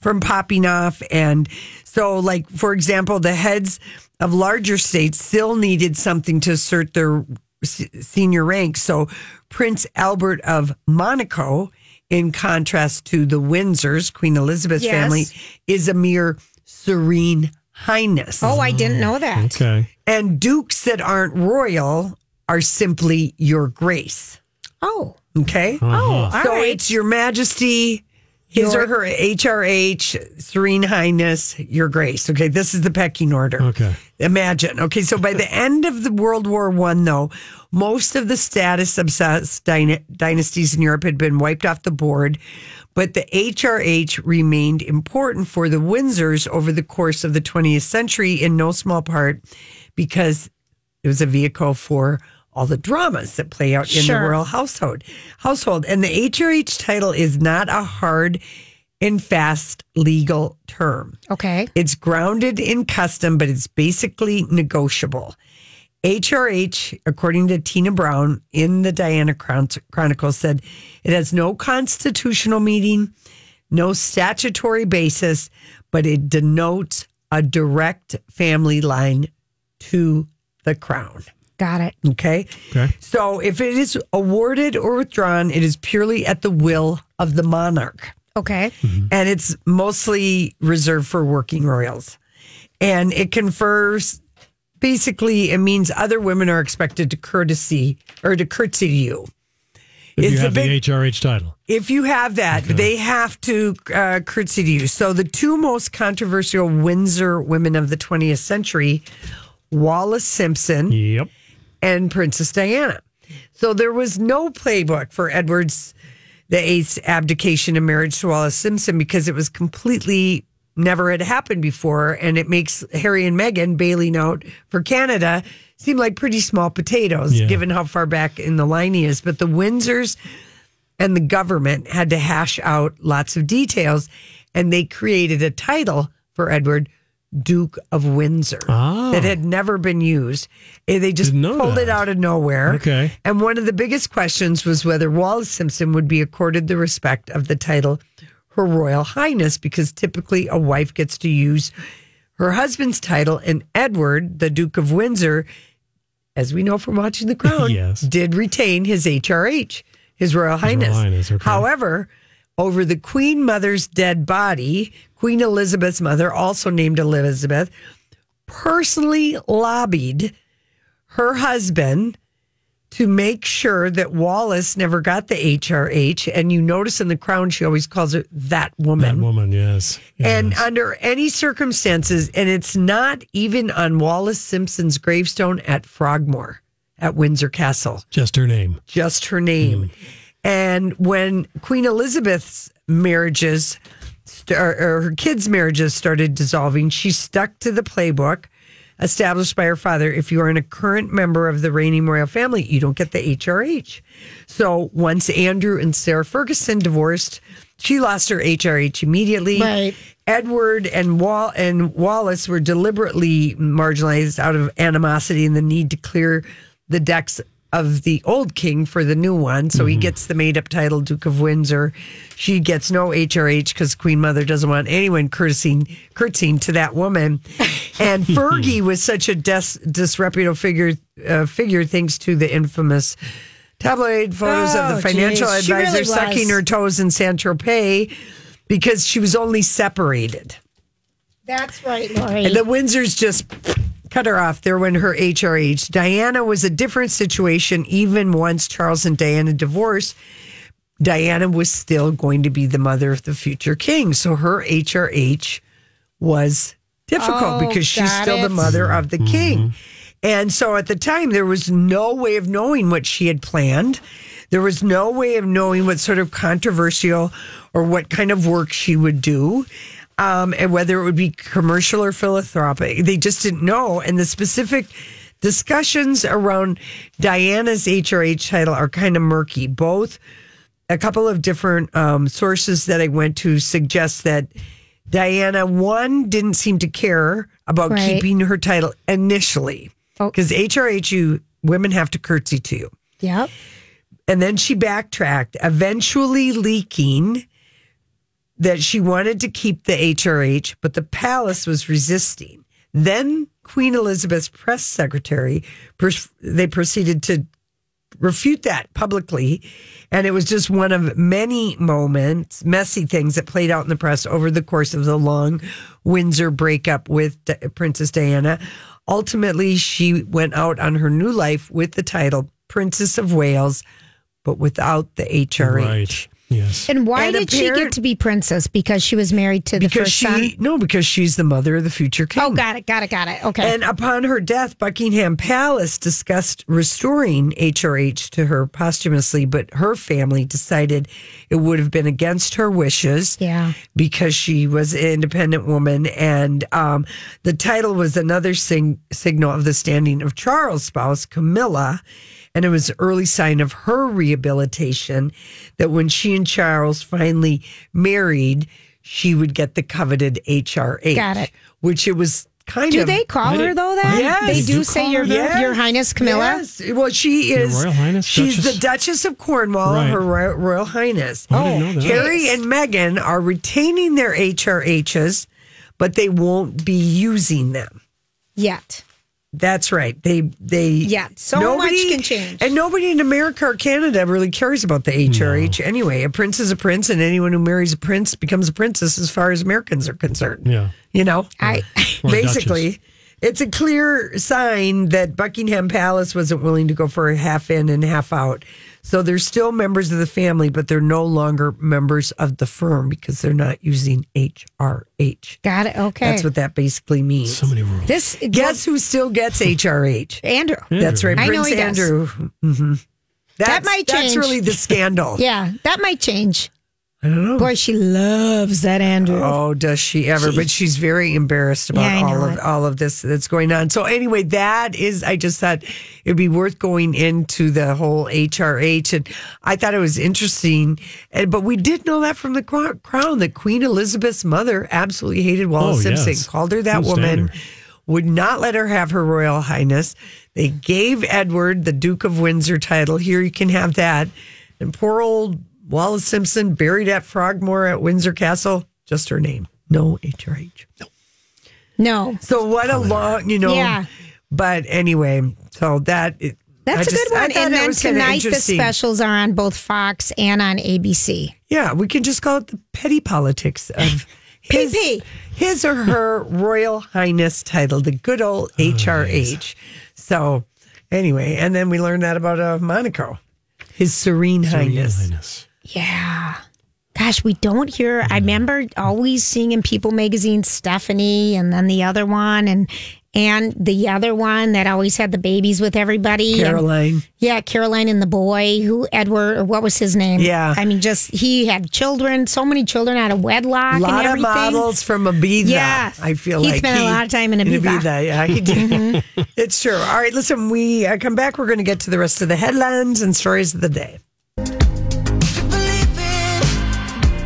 [SPEAKER 2] from popping off, and so like for example, the heads of larger states still needed something to assert their s- senior rank. So Prince Albert of Monaco. In contrast to the Windsors, Queen Elizabeth's
[SPEAKER 3] Yes.
[SPEAKER 2] family is a mere serene highness.
[SPEAKER 3] Oh, I didn't know that.
[SPEAKER 1] Okay.
[SPEAKER 2] And dukes that aren't royal are simply your grace.
[SPEAKER 3] Oh,
[SPEAKER 2] Okay.
[SPEAKER 1] Uh-huh.
[SPEAKER 3] all
[SPEAKER 2] so
[SPEAKER 3] right.
[SPEAKER 2] it's your majesty, his or her HRH, serene highness, your grace. Okay. This is the pecking order.
[SPEAKER 1] Okay.
[SPEAKER 2] Imagine. Okay, so by the end of the World War One, though, most of the status obsessed dyna- dynasties in Europe had been wiped off the board, but the HRH remained important for the Windsors over the course of the 20th century, in no small part because it was a vehicle for all the dramas that play out in
[SPEAKER 3] Sure.
[SPEAKER 2] the royal household. Household, and the HRH title is not a hard and fast legal term.
[SPEAKER 3] okay.
[SPEAKER 2] It's grounded in custom, but it's basically negotiable. HRH, according to Tina Brown in the Diana Chron- Chronicle, said it has no constitutional meaning, no statutory basis, but it denotes a direct family line to the crown.
[SPEAKER 3] Got it.
[SPEAKER 2] Okay.
[SPEAKER 1] Okay.
[SPEAKER 2] So if it is awarded or withdrawn, it is purely at the will of the monarch
[SPEAKER 3] Okay.
[SPEAKER 2] and it's mostly reserved for working royals. And it confers basically it means other women are expected to courtesy or to curtsy to you.
[SPEAKER 1] If you
[SPEAKER 2] It's a
[SPEAKER 1] have
[SPEAKER 2] big-
[SPEAKER 1] the HRH title.
[SPEAKER 2] If you have that, they have to uh, curtsy to you. So the two most controversial Windsor women of the 20th century, Wallace Simpson
[SPEAKER 1] Yep.
[SPEAKER 2] and Princess Diana. So there was no playbook for Edward's the eighth's abdication and marriage to Wallace Simpson because it was completely never had happened before, and it makes Harry and Meghan bailing out for Canada seem like pretty small potatoes
[SPEAKER 1] Yeah.
[SPEAKER 2] given how far back in the line he is. But the Windsors and the government had to hash out lots of details, and they created a title for Edward. Duke of Windsor
[SPEAKER 1] Ah.
[SPEAKER 2] that had never been used. And They just
[SPEAKER 1] Didn't know
[SPEAKER 2] pulled
[SPEAKER 1] that.
[SPEAKER 2] it out of nowhere.
[SPEAKER 1] Okay.
[SPEAKER 2] And one of the biggest questions was whether Wallace Simpson would be accorded the respect of the title Her Royal Highness, because typically a wife gets to use her husband's title, and Edward, the Duke of Windsor, as we know from
[SPEAKER 1] (laughs)
[SPEAKER 2] watching The Crown,
[SPEAKER 1] Yes.
[SPEAKER 2] did retain his HRH, his Royal Highness.
[SPEAKER 1] Highness, okay.
[SPEAKER 2] However, over the Queen Mother's dead body, Queen Elizabeth's mother, also named Elizabeth, personally lobbied her husband to make sure that Wallace never got the HRH. And you notice in the crown, she always calls her that
[SPEAKER 1] That
[SPEAKER 2] woman.
[SPEAKER 1] woman, yes.
[SPEAKER 2] And uh,
[SPEAKER 1] Yes.
[SPEAKER 2] under any circumstances, and it's not even on Wallace Simpson's gravestone at Frogmore at Windsor Castle
[SPEAKER 1] just her name.
[SPEAKER 2] just her name. And when Queen Elizabeth's marriages st- or or her kids' marriages started dissolving, she stuck to the playbook established by her father. If you aren't a current member of the reigning royal family, you don't get the HRH. So once Andrew and Sarah Ferguson divorced She lost her HRH immediately.
[SPEAKER 3] Right.
[SPEAKER 2] Edward and Wall and Wallace were deliberately marginalized out of animosity and the need to clear the decks of the old king for the new one. So he
[SPEAKER 3] Mm-hmm.
[SPEAKER 2] gets the made up title Duke of Windsor. She gets no HRH because Queen Mother doesn't want anyone curtsying, curtsying to that
[SPEAKER 3] (laughs)
[SPEAKER 2] woman. And Fergie was such a dis- disreputable figure, uh, figure thanks to the infamous tabloid photos of
[SPEAKER 3] Oh,
[SPEAKER 2] the financial
[SPEAKER 3] geez. She
[SPEAKER 2] advisor
[SPEAKER 3] really was.
[SPEAKER 2] sucking her toes in San Tropez because she was only separated.
[SPEAKER 3] That's right, Lori.
[SPEAKER 2] And the Windsors just cut her off there when her HRH. Diana was a different situation. Even once Charles and Diana divorced, Diana was still going to be the mother of the future king. So her HRH was difficult
[SPEAKER 3] Oh,
[SPEAKER 2] because she's
[SPEAKER 3] got
[SPEAKER 2] still the
[SPEAKER 3] it.
[SPEAKER 2] mother of the king. And so at the time, there was no way of knowing what she had planned. There was no way of knowing what sort of controversial or what kind of work she would do, um, and whether it would be commercial or philanthropic. They just didn't know. And the specific discussions around Diana's HRH title are kind of murky. Both a couple of different um, sources that I went to suggest that Diana one didn't seem to care about
[SPEAKER 3] Right.
[SPEAKER 2] keeping her title initially because HRH you women have to curtsy to you,
[SPEAKER 3] Yep.
[SPEAKER 2] and then she backtracked, eventually leaking that she wanted to keep the HRH, but the palace was resisting. Then Queen Elizabeth's press secretary, pers- they proceeded to refute that publicly. And it was just one of many moments, messy things that played out in the press over the course of the long Windsor breakup with Di- Princess Diana. Ultimately, she went out on her new life with the title Princess of Wales, but without the HRH.
[SPEAKER 1] Right. Yes.
[SPEAKER 3] And why
[SPEAKER 2] And
[SPEAKER 3] did she
[SPEAKER 2] apparent-
[SPEAKER 3] get to be princess? Because she was married to the
[SPEAKER 2] Because
[SPEAKER 3] first
[SPEAKER 2] she
[SPEAKER 3] son.
[SPEAKER 2] no, because she's the mother of the future king.
[SPEAKER 3] Oh, got it, got it, got it. Okay.
[SPEAKER 2] And upon her death, Buckingham Palace discussed restoring HRH to her posthumously, but her family decided it would have been against her wishes
[SPEAKER 3] yeah.
[SPEAKER 2] because she was an independent woman. And um, the title was another sing- signal of the standing of Charles' spouse, Camilla. And it was an early sign of her rehabilitation that when she and Charles finally married, she would get the coveted HRH.
[SPEAKER 3] Got it.
[SPEAKER 2] Which it was kind
[SPEAKER 3] Do
[SPEAKER 2] of.
[SPEAKER 3] they call her though? That
[SPEAKER 2] Yes.
[SPEAKER 3] they
[SPEAKER 2] They
[SPEAKER 3] do,
[SPEAKER 2] do
[SPEAKER 3] say
[SPEAKER 2] call
[SPEAKER 3] your
[SPEAKER 2] her that.
[SPEAKER 3] your Highness Camilla.
[SPEAKER 2] Yes. Well, she
[SPEAKER 1] Your
[SPEAKER 2] is.
[SPEAKER 1] Royal Highness,
[SPEAKER 2] She's
[SPEAKER 1] Duchess?
[SPEAKER 2] the Duchess of Cornwall,
[SPEAKER 1] Right. Oh,
[SPEAKER 2] her Royal, Royal Highness.
[SPEAKER 1] I didn't know that.
[SPEAKER 2] Harry and Meghan are retaining their HRHs, but they won't be using them.
[SPEAKER 3] Yet.
[SPEAKER 2] That's right. They they
[SPEAKER 3] Yeah, so much can change.
[SPEAKER 2] and nobody in America or Canada really cares about the HRH anyway. A prince is a prince, and anyone who marries a prince becomes a princess, as far as Americans are concerned.
[SPEAKER 1] Yeah.
[SPEAKER 2] You know, I (laughs)
[SPEAKER 1] Or a
[SPEAKER 2] basically, it's a clear sign that Buckingham Palace wasn't willing to go for a half in and half out. So they're still members of the family, but they're no longer members of the firm because they're not using HRH.
[SPEAKER 3] Got it. Okay.
[SPEAKER 2] That's what that basically means.
[SPEAKER 1] So many rules.
[SPEAKER 3] this
[SPEAKER 2] Guess who
[SPEAKER 3] (laughs)
[SPEAKER 2] still gets HRH?
[SPEAKER 3] Andrew.
[SPEAKER 2] That's right,
[SPEAKER 3] I know
[SPEAKER 2] Prince
[SPEAKER 3] he does.
[SPEAKER 2] Andrew. hmm That's,
[SPEAKER 3] might change.
[SPEAKER 2] That's really the scandal.
[SPEAKER 3] (laughs) Yeah, that might change.
[SPEAKER 2] I don't know.
[SPEAKER 3] Boy, she loves that Andrew.
[SPEAKER 2] Oh, does she ever? but she's very embarrassed about
[SPEAKER 3] Yeah, I
[SPEAKER 2] all
[SPEAKER 3] know
[SPEAKER 2] of
[SPEAKER 3] it.
[SPEAKER 2] all of this that's going on. So anyway, that is. I just thought it'd be worth going into the whole HRH, and I thought it was interesting. And but we did know that from the cro- crown that Queen Elizabeth's mother absolutely hated Wallace
[SPEAKER 1] Oh,
[SPEAKER 2] Simpson,
[SPEAKER 1] yes.
[SPEAKER 2] called her that
[SPEAKER 1] Couldn't stand
[SPEAKER 2] woman.
[SPEAKER 1] her.
[SPEAKER 2] Would not let her have her royal highness. They gave Edward the Duke of Windsor title. Here you can have that. And poor old Wallace Simpson, buried at Frogmore at Windsor Castle, just her name. No HRH.
[SPEAKER 3] No,
[SPEAKER 2] So what a long, you know.
[SPEAKER 3] Yeah.
[SPEAKER 2] But anyway, so that. It,
[SPEAKER 3] that's a
[SPEAKER 2] a
[SPEAKER 3] good one. And then tonight the specials are on both Fox and on ABC.
[SPEAKER 2] Yeah, we can just call it the petty politics (laughs) of his,
[SPEAKER 3] PP.
[SPEAKER 2] his or her Royal Highness title, the good old HRH. So anyway, and then we learned that about uh, Monaco, his Serene, Highness.
[SPEAKER 1] Highness.
[SPEAKER 3] Yeah. Gosh, we don't hear.
[SPEAKER 2] Mm-hmm.
[SPEAKER 3] I remember always seeing in People magazine Stephanie and then the other one and and the other one that always had the babies with everybody. and-
[SPEAKER 2] Caroline.
[SPEAKER 3] yeah, Caroline and the boy who Edward or what was his name?
[SPEAKER 2] Yeah.
[SPEAKER 3] I mean, just he had children, so many children out of wedlock.
[SPEAKER 2] A lot
[SPEAKER 3] and
[SPEAKER 2] of
[SPEAKER 3] everything.
[SPEAKER 2] models from Ibiza.
[SPEAKER 3] Yes.
[SPEAKER 2] I feel
[SPEAKER 3] He
[SPEAKER 2] like
[SPEAKER 3] spent a lot of time in Ibiza. Mm-hmm.
[SPEAKER 2] yeah, he did. (laughs) it's true. All right, listen, we uh, come back. We're going to get to the rest of the headlines and stories of the day.
[SPEAKER 10] Believe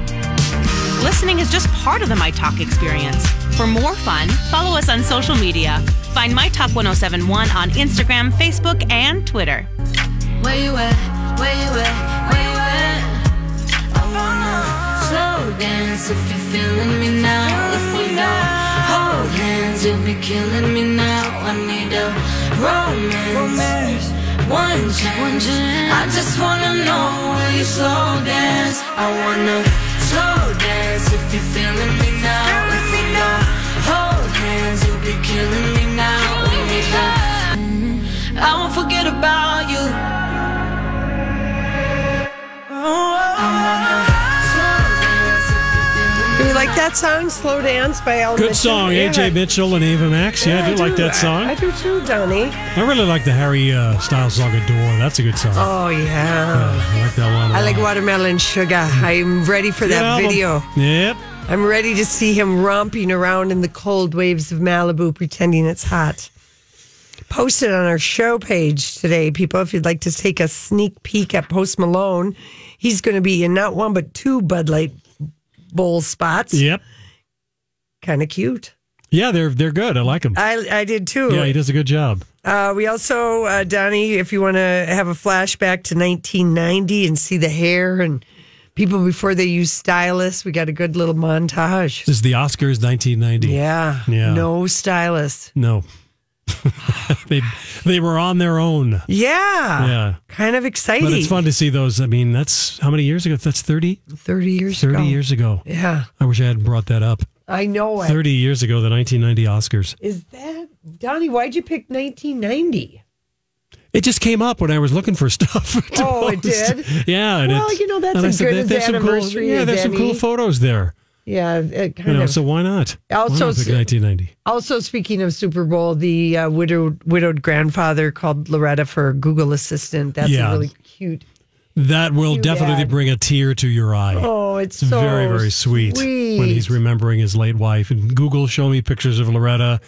[SPEAKER 10] it.
[SPEAKER 7] listening is just part of the My Talk experience. For more fun, follow us on social media. Find My Talk 1071 on Instagram, Facebook, and Twitter.
[SPEAKER 11] Where you at? Where you at? Where you at? I wanna slow dance if you're feeling me now. If we don't hold hands, you'll be killing me now. I need a romance. One chance. I just wanna know will you slow dance? I wanna slow dance if you're feeling me now. If we don't hold hands, you'll be killing me now. We need a- I won't forget about you.
[SPEAKER 5] oh,
[SPEAKER 2] Do we like that song, Slow Dance by Al
[SPEAKER 1] Good
[SPEAKER 2] Mitchell?
[SPEAKER 1] song,
[SPEAKER 2] Yeah.
[SPEAKER 1] AJ Mitchell and Ava Max. Yeah, I do, like that song.
[SPEAKER 2] I,
[SPEAKER 1] I,
[SPEAKER 2] do too, Donnie.
[SPEAKER 1] really like the Harry uh, Styles song "Adore." That's a good song.
[SPEAKER 2] Oh, yeah.
[SPEAKER 1] I like that one. a
[SPEAKER 2] I like
[SPEAKER 1] lot.
[SPEAKER 2] Watermelon Sugar. I'm ready for
[SPEAKER 1] Good
[SPEAKER 2] that
[SPEAKER 1] album.
[SPEAKER 2] video.
[SPEAKER 1] Yep.
[SPEAKER 2] I'm ready to see him romping around in the cold waves of Malibu pretending it's hot. Posted on our show page today, people, if you'd like to take a sneak peek at Post Malone, he's going to be in not one, but two Bud Light Bowl spots.
[SPEAKER 1] Yep.
[SPEAKER 2] Kind of cute.
[SPEAKER 1] Yeah, they're they're good. I like them.
[SPEAKER 2] I, I did too.
[SPEAKER 1] Yeah, he does a good job.
[SPEAKER 2] Uh, we also, uh, Donnie, if you want to have a flashback to 1990 and see the hair and people before they used stylists, we got a good little montage.
[SPEAKER 1] This is the Oscars 1990.
[SPEAKER 2] Yeah.
[SPEAKER 1] Yeah.
[SPEAKER 2] No stylist.
[SPEAKER 1] No. (laughs) they they were on their own.
[SPEAKER 2] Yeah.
[SPEAKER 1] Yeah.
[SPEAKER 2] Kind of exciting.
[SPEAKER 1] But it's fun to see those. I mean, that's how many years ago? That's 30?
[SPEAKER 2] 30 years
[SPEAKER 1] 30
[SPEAKER 2] ago.
[SPEAKER 1] years ago.
[SPEAKER 2] Yeah.
[SPEAKER 1] I wish I hadn't brought that up.
[SPEAKER 2] I know it.
[SPEAKER 1] 30 years ago, the 1990 Oscars.
[SPEAKER 2] Is that, Donnie, why'd you pick 1990?
[SPEAKER 1] It just came up when I was looking for (laughs) stuff. to
[SPEAKER 2] Oh, it
[SPEAKER 1] post.
[SPEAKER 2] did?
[SPEAKER 1] (laughs) Yeah. and
[SPEAKER 2] Well,
[SPEAKER 1] it's-
[SPEAKER 2] you know, that's
[SPEAKER 1] and I
[SPEAKER 2] as
[SPEAKER 1] said,
[SPEAKER 2] good
[SPEAKER 1] there-
[SPEAKER 2] as
[SPEAKER 1] there's some cool-
[SPEAKER 2] anniversary
[SPEAKER 1] Yeah,
[SPEAKER 2] as
[SPEAKER 1] there's some cool
[SPEAKER 2] any.
[SPEAKER 1] photos there.
[SPEAKER 2] Yeah. It
[SPEAKER 1] You
[SPEAKER 2] kind
[SPEAKER 1] know,
[SPEAKER 2] of.
[SPEAKER 1] so why not?
[SPEAKER 2] Also
[SPEAKER 1] why not pick
[SPEAKER 2] s-
[SPEAKER 1] 1990.
[SPEAKER 2] Also, speaking of Super Bowl, the uh, widowed widowed grandfather called Loretta for Google Assistant. That's
[SPEAKER 1] Yeah.
[SPEAKER 2] a really cute.
[SPEAKER 1] That will
[SPEAKER 2] Too
[SPEAKER 1] definitely
[SPEAKER 2] bad.
[SPEAKER 1] bring a tear to your eye.
[SPEAKER 2] Oh, it's,
[SPEAKER 1] It's
[SPEAKER 2] so
[SPEAKER 1] very, very sweet, when he's remembering his late wife. And Google, show me pictures of Loretta.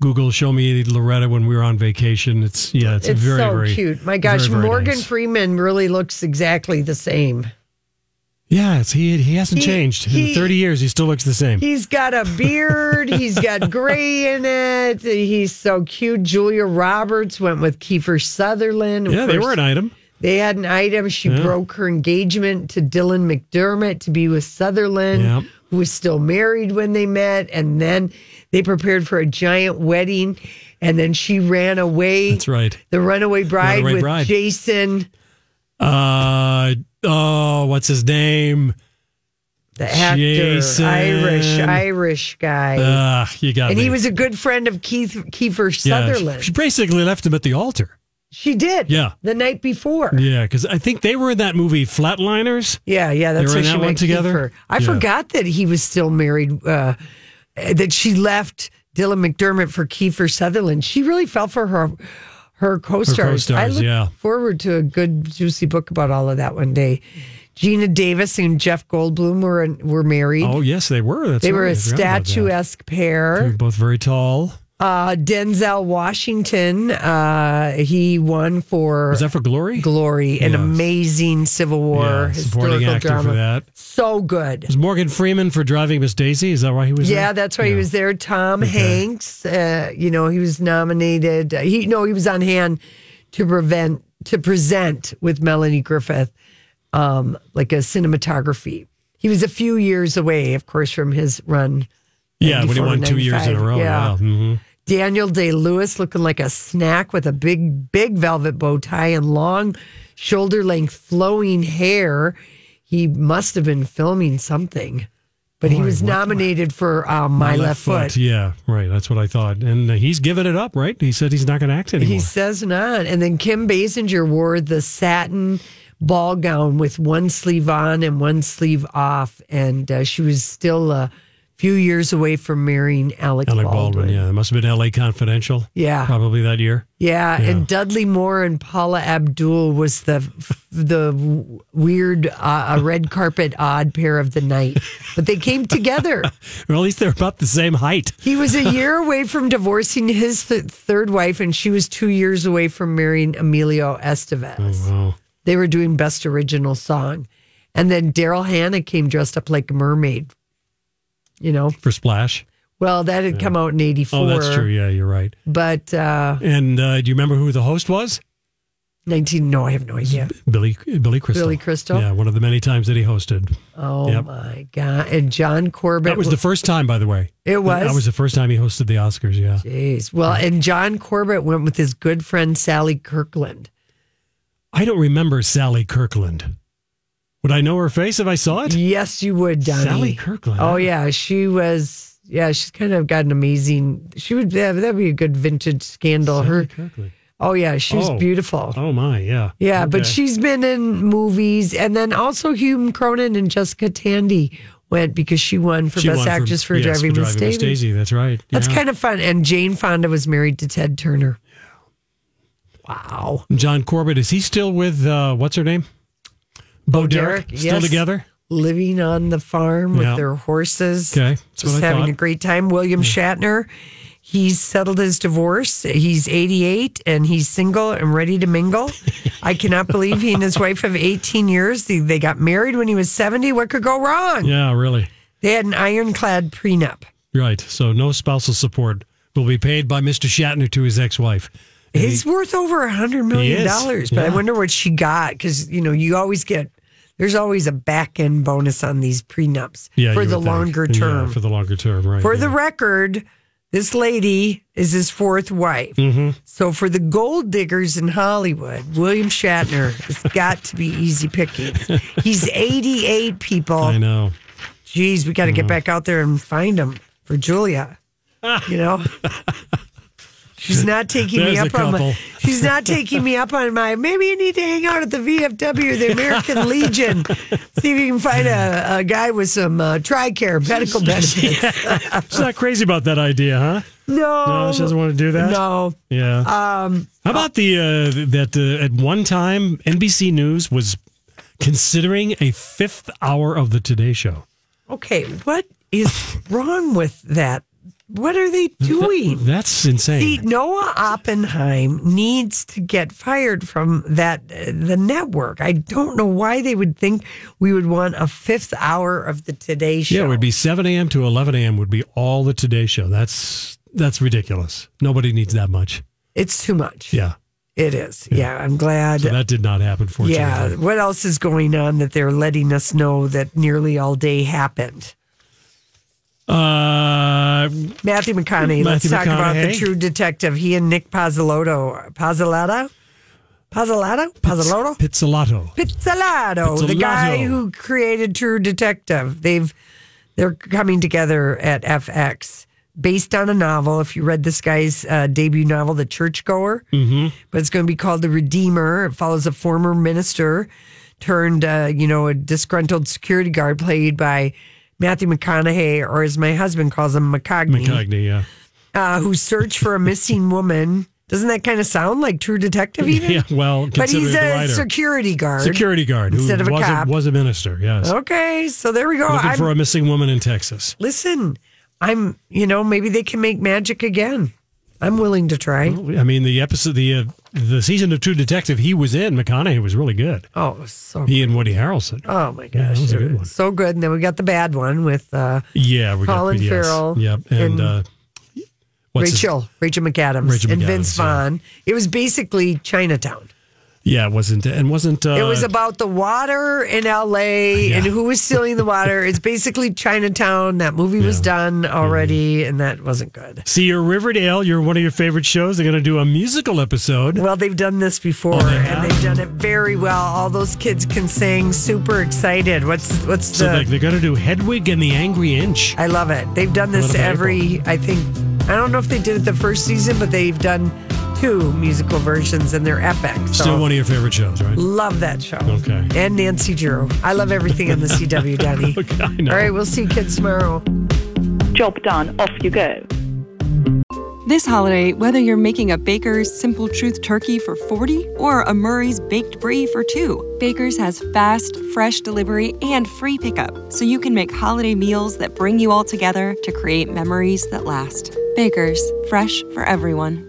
[SPEAKER 1] Google, show me Loretta when we were on vacation. It's yeah, it's,
[SPEAKER 2] It's,
[SPEAKER 1] very,
[SPEAKER 2] so
[SPEAKER 1] very
[SPEAKER 2] cute. My gosh,
[SPEAKER 1] very, very
[SPEAKER 2] Morgan
[SPEAKER 1] nice.
[SPEAKER 2] Freeman really looks exactly the same.
[SPEAKER 1] Yeah, it's, he he hasn't
[SPEAKER 2] He-
[SPEAKER 1] changed
[SPEAKER 2] he-
[SPEAKER 1] in thirty years. He still looks the same.
[SPEAKER 2] He's got a beard. he's
[SPEAKER 1] (laughs)
[SPEAKER 2] got gray in it. He's so cute. Julia Roberts went with Kiefer Sutherland.
[SPEAKER 1] yeah, they
[SPEAKER 2] First-
[SPEAKER 1] were an item.
[SPEAKER 2] They had an item. She
[SPEAKER 1] Yeah.
[SPEAKER 2] broke her engagement to Dylan McDermott to be with Sutherland,
[SPEAKER 1] Yep.
[SPEAKER 2] who was still married when they met. And then they prepared for a giant wedding. And then she ran away.
[SPEAKER 1] That's right.
[SPEAKER 2] The runaway bride
[SPEAKER 1] Runaway
[SPEAKER 2] with
[SPEAKER 1] Bride.
[SPEAKER 2] Jason,
[SPEAKER 1] Uh oh, what's his name?
[SPEAKER 2] the actor,
[SPEAKER 1] Jason.
[SPEAKER 2] Irish, Irish guy.
[SPEAKER 1] Uh, you got
[SPEAKER 2] and
[SPEAKER 1] me.
[SPEAKER 2] he was a good friend of Keith Kiefer
[SPEAKER 1] yeah,
[SPEAKER 2] Sutherland.
[SPEAKER 1] She, she basically left him at the altar.
[SPEAKER 2] she did.
[SPEAKER 1] Yeah.
[SPEAKER 2] The night before.
[SPEAKER 1] Yeah, because I think they were in that movie Flatliners.
[SPEAKER 2] Yeah, yeah, that's
[SPEAKER 1] were
[SPEAKER 2] what
[SPEAKER 1] in
[SPEAKER 2] she
[SPEAKER 1] that one
[SPEAKER 2] met
[SPEAKER 1] together?
[SPEAKER 2] Kiefer. I
[SPEAKER 1] Yeah.
[SPEAKER 2] forgot that he was still married. Uh, that she left Dylan McDermott for Kiefer Sutherland. She really fell for her her co-stars. I
[SPEAKER 1] co-stars,
[SPEAKER 2] look
[SPEAKER 1] yeah.
[SPEAKER 2] forward to a good juicy book about all of that one day. Gina Davis and Jeff Goldblum were were married.
[SPEAKER 1] Oh yes, they were. That's
[SPEAKER 2] they
[SPEAKER 1] right.
[SPEAKER 2] were
[SPEAKER 1] I
[SPEAKER 2] a
[SPEAKER 1] forgot about that.
[SPEAKER 2] statuesque pair.
[SPEAKER 1] They were both very tall.
[SPEAKER 2] Uh, Denzel Washington, uh, he won for
[SPEAKER 1] Was that for Glory?
[SPEAKER 2] Glory, an
[SPEAKER 1] Yes.
[SPEAKER 2] amazing Civil War
[SPEAKER 1] Yeah, supporting
[SPEAKER 2] historical
[SPEAKER 1] actor
[SPEAKER 2] drama.
[SPEAKER 1] for that.
[SPEAKER 2] So good.
[SPEAKER 1] Was Morgan Freeman for Driving Miss Daisy? Is that why he was?
[SPEAKER 2] yeah,
[SPEAKER 1] there?
[SPEAKER 2] that's why he
[SPEAKER 1] Yeah.
[SPEAKER 2] was there. Tom Hanks, uh, you know, he was nominated. Uh, He no, he was on hand to prevent to present with Melanie Griffith, um, like a cinematography. He was a few years away, of course, from his run.
[SPEAKER 1] Yeah, when he
[SPEAKER 2] 94
[SPEAKER 1] won
[SPEAKER 2] to
[SPEAKER 1] two years in a
[SPEAKER 2] 95.
[SPEAKER 1] row.
[SPEAKER 2] Yeah.
[SPEAKER 1] Wow. hmm
[SPEAKER 2] Daniel Day Lewis looking like a snack with a big, big velvet bow tie and long, shoulder length flowing hair. He must have been filming something, but he
[SPEAKER 1] Boy,
[SPEAKER 2] was
[SPEAKER 1] what-
[SPEAKER 2] nominated for um, My, Left, Foot.
[SPEAKER 1] Yeah, right. That's what I thought. And uh, he's given it up, right? He said he's not going to act anymore.
[SPEAKER 2] He says not. And then Kim Basinger wore the satin ball gown with one sleeve on and one sleeve off. And uh, she was still a few years away from marrying Alec,
[SPEAKER 1] Alec Baldwin.
[SPEAKER 2] Baldwin.
[SPEAKER 1] Yeah, it must have been L.A. Confidential.
[SPEAKER 2] Yeah.
[SPEAKER 1] probably that year.
[SPEAKER 2] Yeah,
[SPEAKER 1] Yeah.
[SPEAKER 2] and Dudley Moore and Paula Abdul was the the w- weird uh, a red carpet odd pair of the night, but they came together.
[SPEAKER 1] Well, at least they're about the same height.
[SPEAKER 2] He was a year away from divorcing his th- third wife, and she was two years away from marrying Emilio Estevez.
[SPEAKER 1] Oh, Wow.
[SPEAKER 2] They were doing best original song, and then Daryl Hannah came dressed up like a mermaid you know.
[SPEAKER 1] for Splash.
[SPEAKER 2] Well, that had come out in 84.
[SPEAKER 1] Oh, that's true. Yeah, you're right.
[SPEAKER 2] But uh,
[SPEAKER 1] And uh, do you remember who the host was?
[SPEAKER 2] 19, no, I have no idea.
[SPEAKER 1] Billy Billy Crystal.
[SPEAKER 2] Billy Crystal?
[SPEAKER 1] Yeah, one of the many times that he hosted.
[SPEAKER 2] Oh,
[SPEAKER 1] Yep.
[SPEAKER 2] my God. And John Corbett.
[SPEAKER 1] That was the first time, by the way.
[SPEAKER 2] It was?
[SPEAKER 1] That was the first time he hosted the Oscars. Yeah.
[SPEAKER 2] Jeez. Well, and John Corbett went with his good friend Sally Kirkland.
[SPEAKER 1] I don't remember Sally Kirkland. Would I know her face if I saw it?
[SPEAKER 2] Yes, you would, Donnie.
[SPEAKER 1] Sally Kirkland.
[SPEAKER 2] Oh yeah, she was. Yeah, she's kind of got an amazing. She would yeah, that'd be a good vintage scandal.
[SPEAKER 1] Sally
[SPEAKER 2] Her.
[SPEAKER 1] Kirkland.
[SPEAKER 2] Oh yeah, she was
[SPEAKER 1] Oh.
[SPEAKER 2] beautiful.
[SPEAKER 1] Oh my, yeah.
[SPEAKER 2] Yeah, but
[SPEAKER 1] Okay.
[SPEAKER 2] she's been in movies, and then also Hume Cronin and Jessica Tandy went because she won for
[SPEAKER 1] She
[SPEAKER 2] Best
[SPEAKER 1] won
[SPEAKER 2] Actress for
[SPEAKER 1] yes,
[SPEAKER 2] Driving Miss
[SPEAKER 1] Driving Miss
[SPEAKER 2] Daisy.
[SPEAKER 1] Daisy. That's right.
[SPEAKER 2] That's
[SPEAKER 1] yeah.
[SPEAKER 2] kind of fun. And Jane Fonda was married to Ted Turner. Wow.
[SPEAKER 1] John Corbett. Is he still with uh, what's her name? Bo, Derek.
[SPEAKER 2] Derek,
[SPEAKER 1] Still
[SPEAKER 2] yes.
[SPEAKER 1] together?
[SPEAKER 2] Living on the farm
[SPEAKER 1] Yeah.
[SPEAKER 2] with their horses.
[SPEAKER 1] Okay, that's what
[SPEAKER 2] Just
[SPEAKER 1] I
[SPEAKER 2] having
[SPEAKER 1] thought.
[SPEAKER 2] a great time. William Shatner, he's settled his divorce. He's 88 and he's single and ready
[SPEAKER 1] (laughs)
[SPEAKER 2] to mingle. I cannot believe he and his wife of 18 years. They, they got married when he was 70. What could go wrong?
[SPEAKER 1] Yeah, really.
[SPEAKER 2] They had an ironclad prenup.
[SPEAKER 1] Right. So no spousal support will be paid by Mr. Shatner to his ex-wife. And
[SPEAKER 2] He's worth over a hundred
[SPEAKER 1] He
[SPEAKER 2] million
[SPEAKER 1] is,
[SPEAKER 2] dollars, but I
[SPEAKER 1] yeah.
[SPEAKER 2] wonder what she got because you know you always get there's always a back end bonus on these prenups
[SPEAKER 1] he- yeah,
[SPEAKER 2] for
[SPEAKER 1] you
[SPEAKER 2] the
[SPEAKER 1] would think.
[SPEAKER 2] longer
[SPEAKER 1] Yeah,
[SPEAKER 2] term.
[SPEAKER 1] for the longer term, right?
[SPEAKER 2] For the
[SPEAKER 1] yeah.
[SPEAKER 2] record, this lady is his fourth wife.
[SPEAKER 1] Mm-hmm.
[SPEAKER 2] So for the gold diggers in Hollywood, William Shatner
[SPEAKER 1] (laughs)
[SPEAKER 2] has got to be easy pickings. He's 88
[SPEAKER 1] I
[SPEAKER 2] people.
[SPEAKER 1] know.
[SPEAKER 2] Jeez, we got to get back out there and find him for Julia.
[SPEAKER 1] (laughs)
[SPEAKER 2] You know? She's not taking me
[SPEAKER 1] There's a
[SPEAKER 2] up on
[SPEAKER 1] couple.
[SPEAKER 2] my. (laughs) She's not taking me up on my. Maybe you need to hang out at the VFW, the
[SPEAKER 1] (laughs)
[SPEAKER 2] American Legion, see if you can find a, a guy with some uh, Tricare
[SPEAKER 1] (laughs)
[SPEAKER 2] medical benefits.
[SPEAKER 1] She's not crazy about that idea, huh?
[SPEAKER 2] No,
[SPEAKER 1] No, she doesn't want to do that.
[SPEAKER 2] No.
[SPEAKER 1] Yeah.
[SPEAKER 2] Um,
[SPEAKER 1] How about the uh, that uh, at one time NBC News was considering a fifth hour of the Today Show.
[SPEAKER 2] okay, what is wrong with that? What
[SPEAKER 1] (laughs)
[SPEAKER 2] are they doing?
[SPEAKER 1] That's insane.
[SPEAKER 2] See, Noah Oppenheim needs to get fired from that uh, the network. I don't know why they would think we would want a fifth hour of the Today Show.
[SPEAKER 1] yeah, it would be seven a.m. to eleven a.m. would be all the Today Show. That's that's ridiculous. Nobody needs that much.
[SPEAKER 2] it's too much.
[SPEAKER 1] Yeah.
[SPEAKER 2] It is. Yeah, I'm glad.
[SPEAKER 1] So that did not happen. Fortunately.
[SPEAKER 2] yeah, what else is going on that they're letting us know that nearly all day happened?
[SPEAKER 1] Uh,
[SPEAKER 2] Matthew McConaughey. let's
[SPEAKER 1] Matthew
[SPEAKER 2] talk about the
[SPEAKER 1] McConaughey.
[SPEAKER 2] True Detective. He and Nick Pizzolatto. Pizzolatto? Pizzolatto? Pizzolatto?
[SPEAKER 1] Pizzolatto.
[SPEAKER 2] Pizzolatto, the guy
[SPEAKER 1] Pizzolatto.
[SPEAKER 2] who created True Detective. They've they're coming together at FX based on a novel. If you read this guy's uh, debut novel, The Churchgoer,
[SPEAKER 1] Mm-hmm.
[SPEAKER 2] but it's going to be called The Redeemer. It follows a former minister turned, uh, you know, a disgruntled security guard played by Matthew McConaughey, or as my husband calls him, McCogney,
[SPEAKER 1] McCogney. Yeah.
[SPEAKER 2] Uh, who search for a missing woman. Doesn't that kind of sound like True Detective? Even
[SPEAKER 1] Yeah. Well,
[SPEAKER 2] but he's
[SPEAKER 1] considering the
[SPEAKER 2] a
[SPEAKER 1] writer.
[SPEAKER 2] security guard.
[SPEAKER 1] security guard who
[SPEAKER 2] instead of a
[SPEAKER 1] was,
[SPEAKER 2] cop.
[SPEAKER 1] was a minister. Yes.
[SPEAKER 2] Okay, so there we go.
[SPEAKER 1] Looking
[SPEAKER 2] I'm,
[SPEAKER 1] for a missing woman in Texas.
[SPEAKER 2] listen, I'm, you know, maybe they can make magic again. I'm willing to try.
[SPEAKER 1] I mean, the episode, the uh, the season of True Detective he was in, McConaughey was really good.
[SPEAKER 2] Oh, it was so
[SPEAKER 1] He and Woody Harrelson.
[SPEAKER 2] Oh my
[SPEAKER 1] Yeah, that
[SPEAKER 2] gosh,
[SPEAKER 1] was a
[SPEAKER 2] it
[SPEAKER 1] good
[SPEAKER 2] was
[SPEAKER 1] one.
[SPEAKER 2] so good. And then we got the bad one with uh,
[SPEAKER 1] Yeah, we
[SPEAKER 2] Colin
[SPEAKER 1] got yes.
[SPEAKER 2] Farrell
[SPEAKER 1] Yep, and,
[SPEAKER 2] and
[SPEAKER 1] uh, what's his-
[SPEAKER 2] Rachel, Rachel McAdams,
[SPEAKER 1] Rachel
[SPEAKER 2] and Vince
[SPEAKER 1] McAdams, yeah.
[SPEAKER 2] Vaughn. It was basically Chinatown.
[SPEAKER 1] yeah, it wasn't and wasn't. Uh,
[SPEAKER 2] it was about the water in L.A. and
[SPEAKER 1] Yeah.
[SPEAKER 2] who was stealing the water.
[SPEAKER 1] (laughs)
[SPEAKER 2] It's basically Chinatown. That movie was done
[SPEAKER 1] Mm-hmm.
[SPEAKER 2] already, and that wasn't good.
[SPEAKER 1] See, your Riverdale, you're one of your favorite shows. They're going to do a musical episode.
[SPEAKER 2] Well, they've done this before,
[SPEAKER 1] Oh,
[SPEAKER 2] and they've done it very well. All those kids can sing. Super excited. What's what's
[SPEAKER 1] So
[SPEAKER 2] the?
[SPEAKER 1] they, they're going to do Hedwig and the Angry Inch.
[SPEAKER 2] I love it. They've done this
[SPEAKER 1] What about
[SPEAKER 2] every. I think I don't know if they did it the first season, but they've done two musical versions, and they're epic. So
[SPEAKER 1] Still one of your favorite shows, right?
[SPEAKER 2] love that show.
[SPEAKER 1] Okay.
[SPEAKER 2] And Nancy Drew. I love everything on the CW, Donnie.
[SPEAKER 1] (laughs) Okay, I know.
[SPEAKER 2] All right, we'll see you kids tomorrow.
[SPEAKER 12] Job done. Off you go.
[SPEAKER 13] This holiday, whether you're making a Baker's Simple Truth turkey for 40 or a Murray's Baked Brie for two, Baker's has fast, fresh delivery and free pickup, so you can make holiday meals that bring you all together to create memories that last. Baker's, fresh for everyone.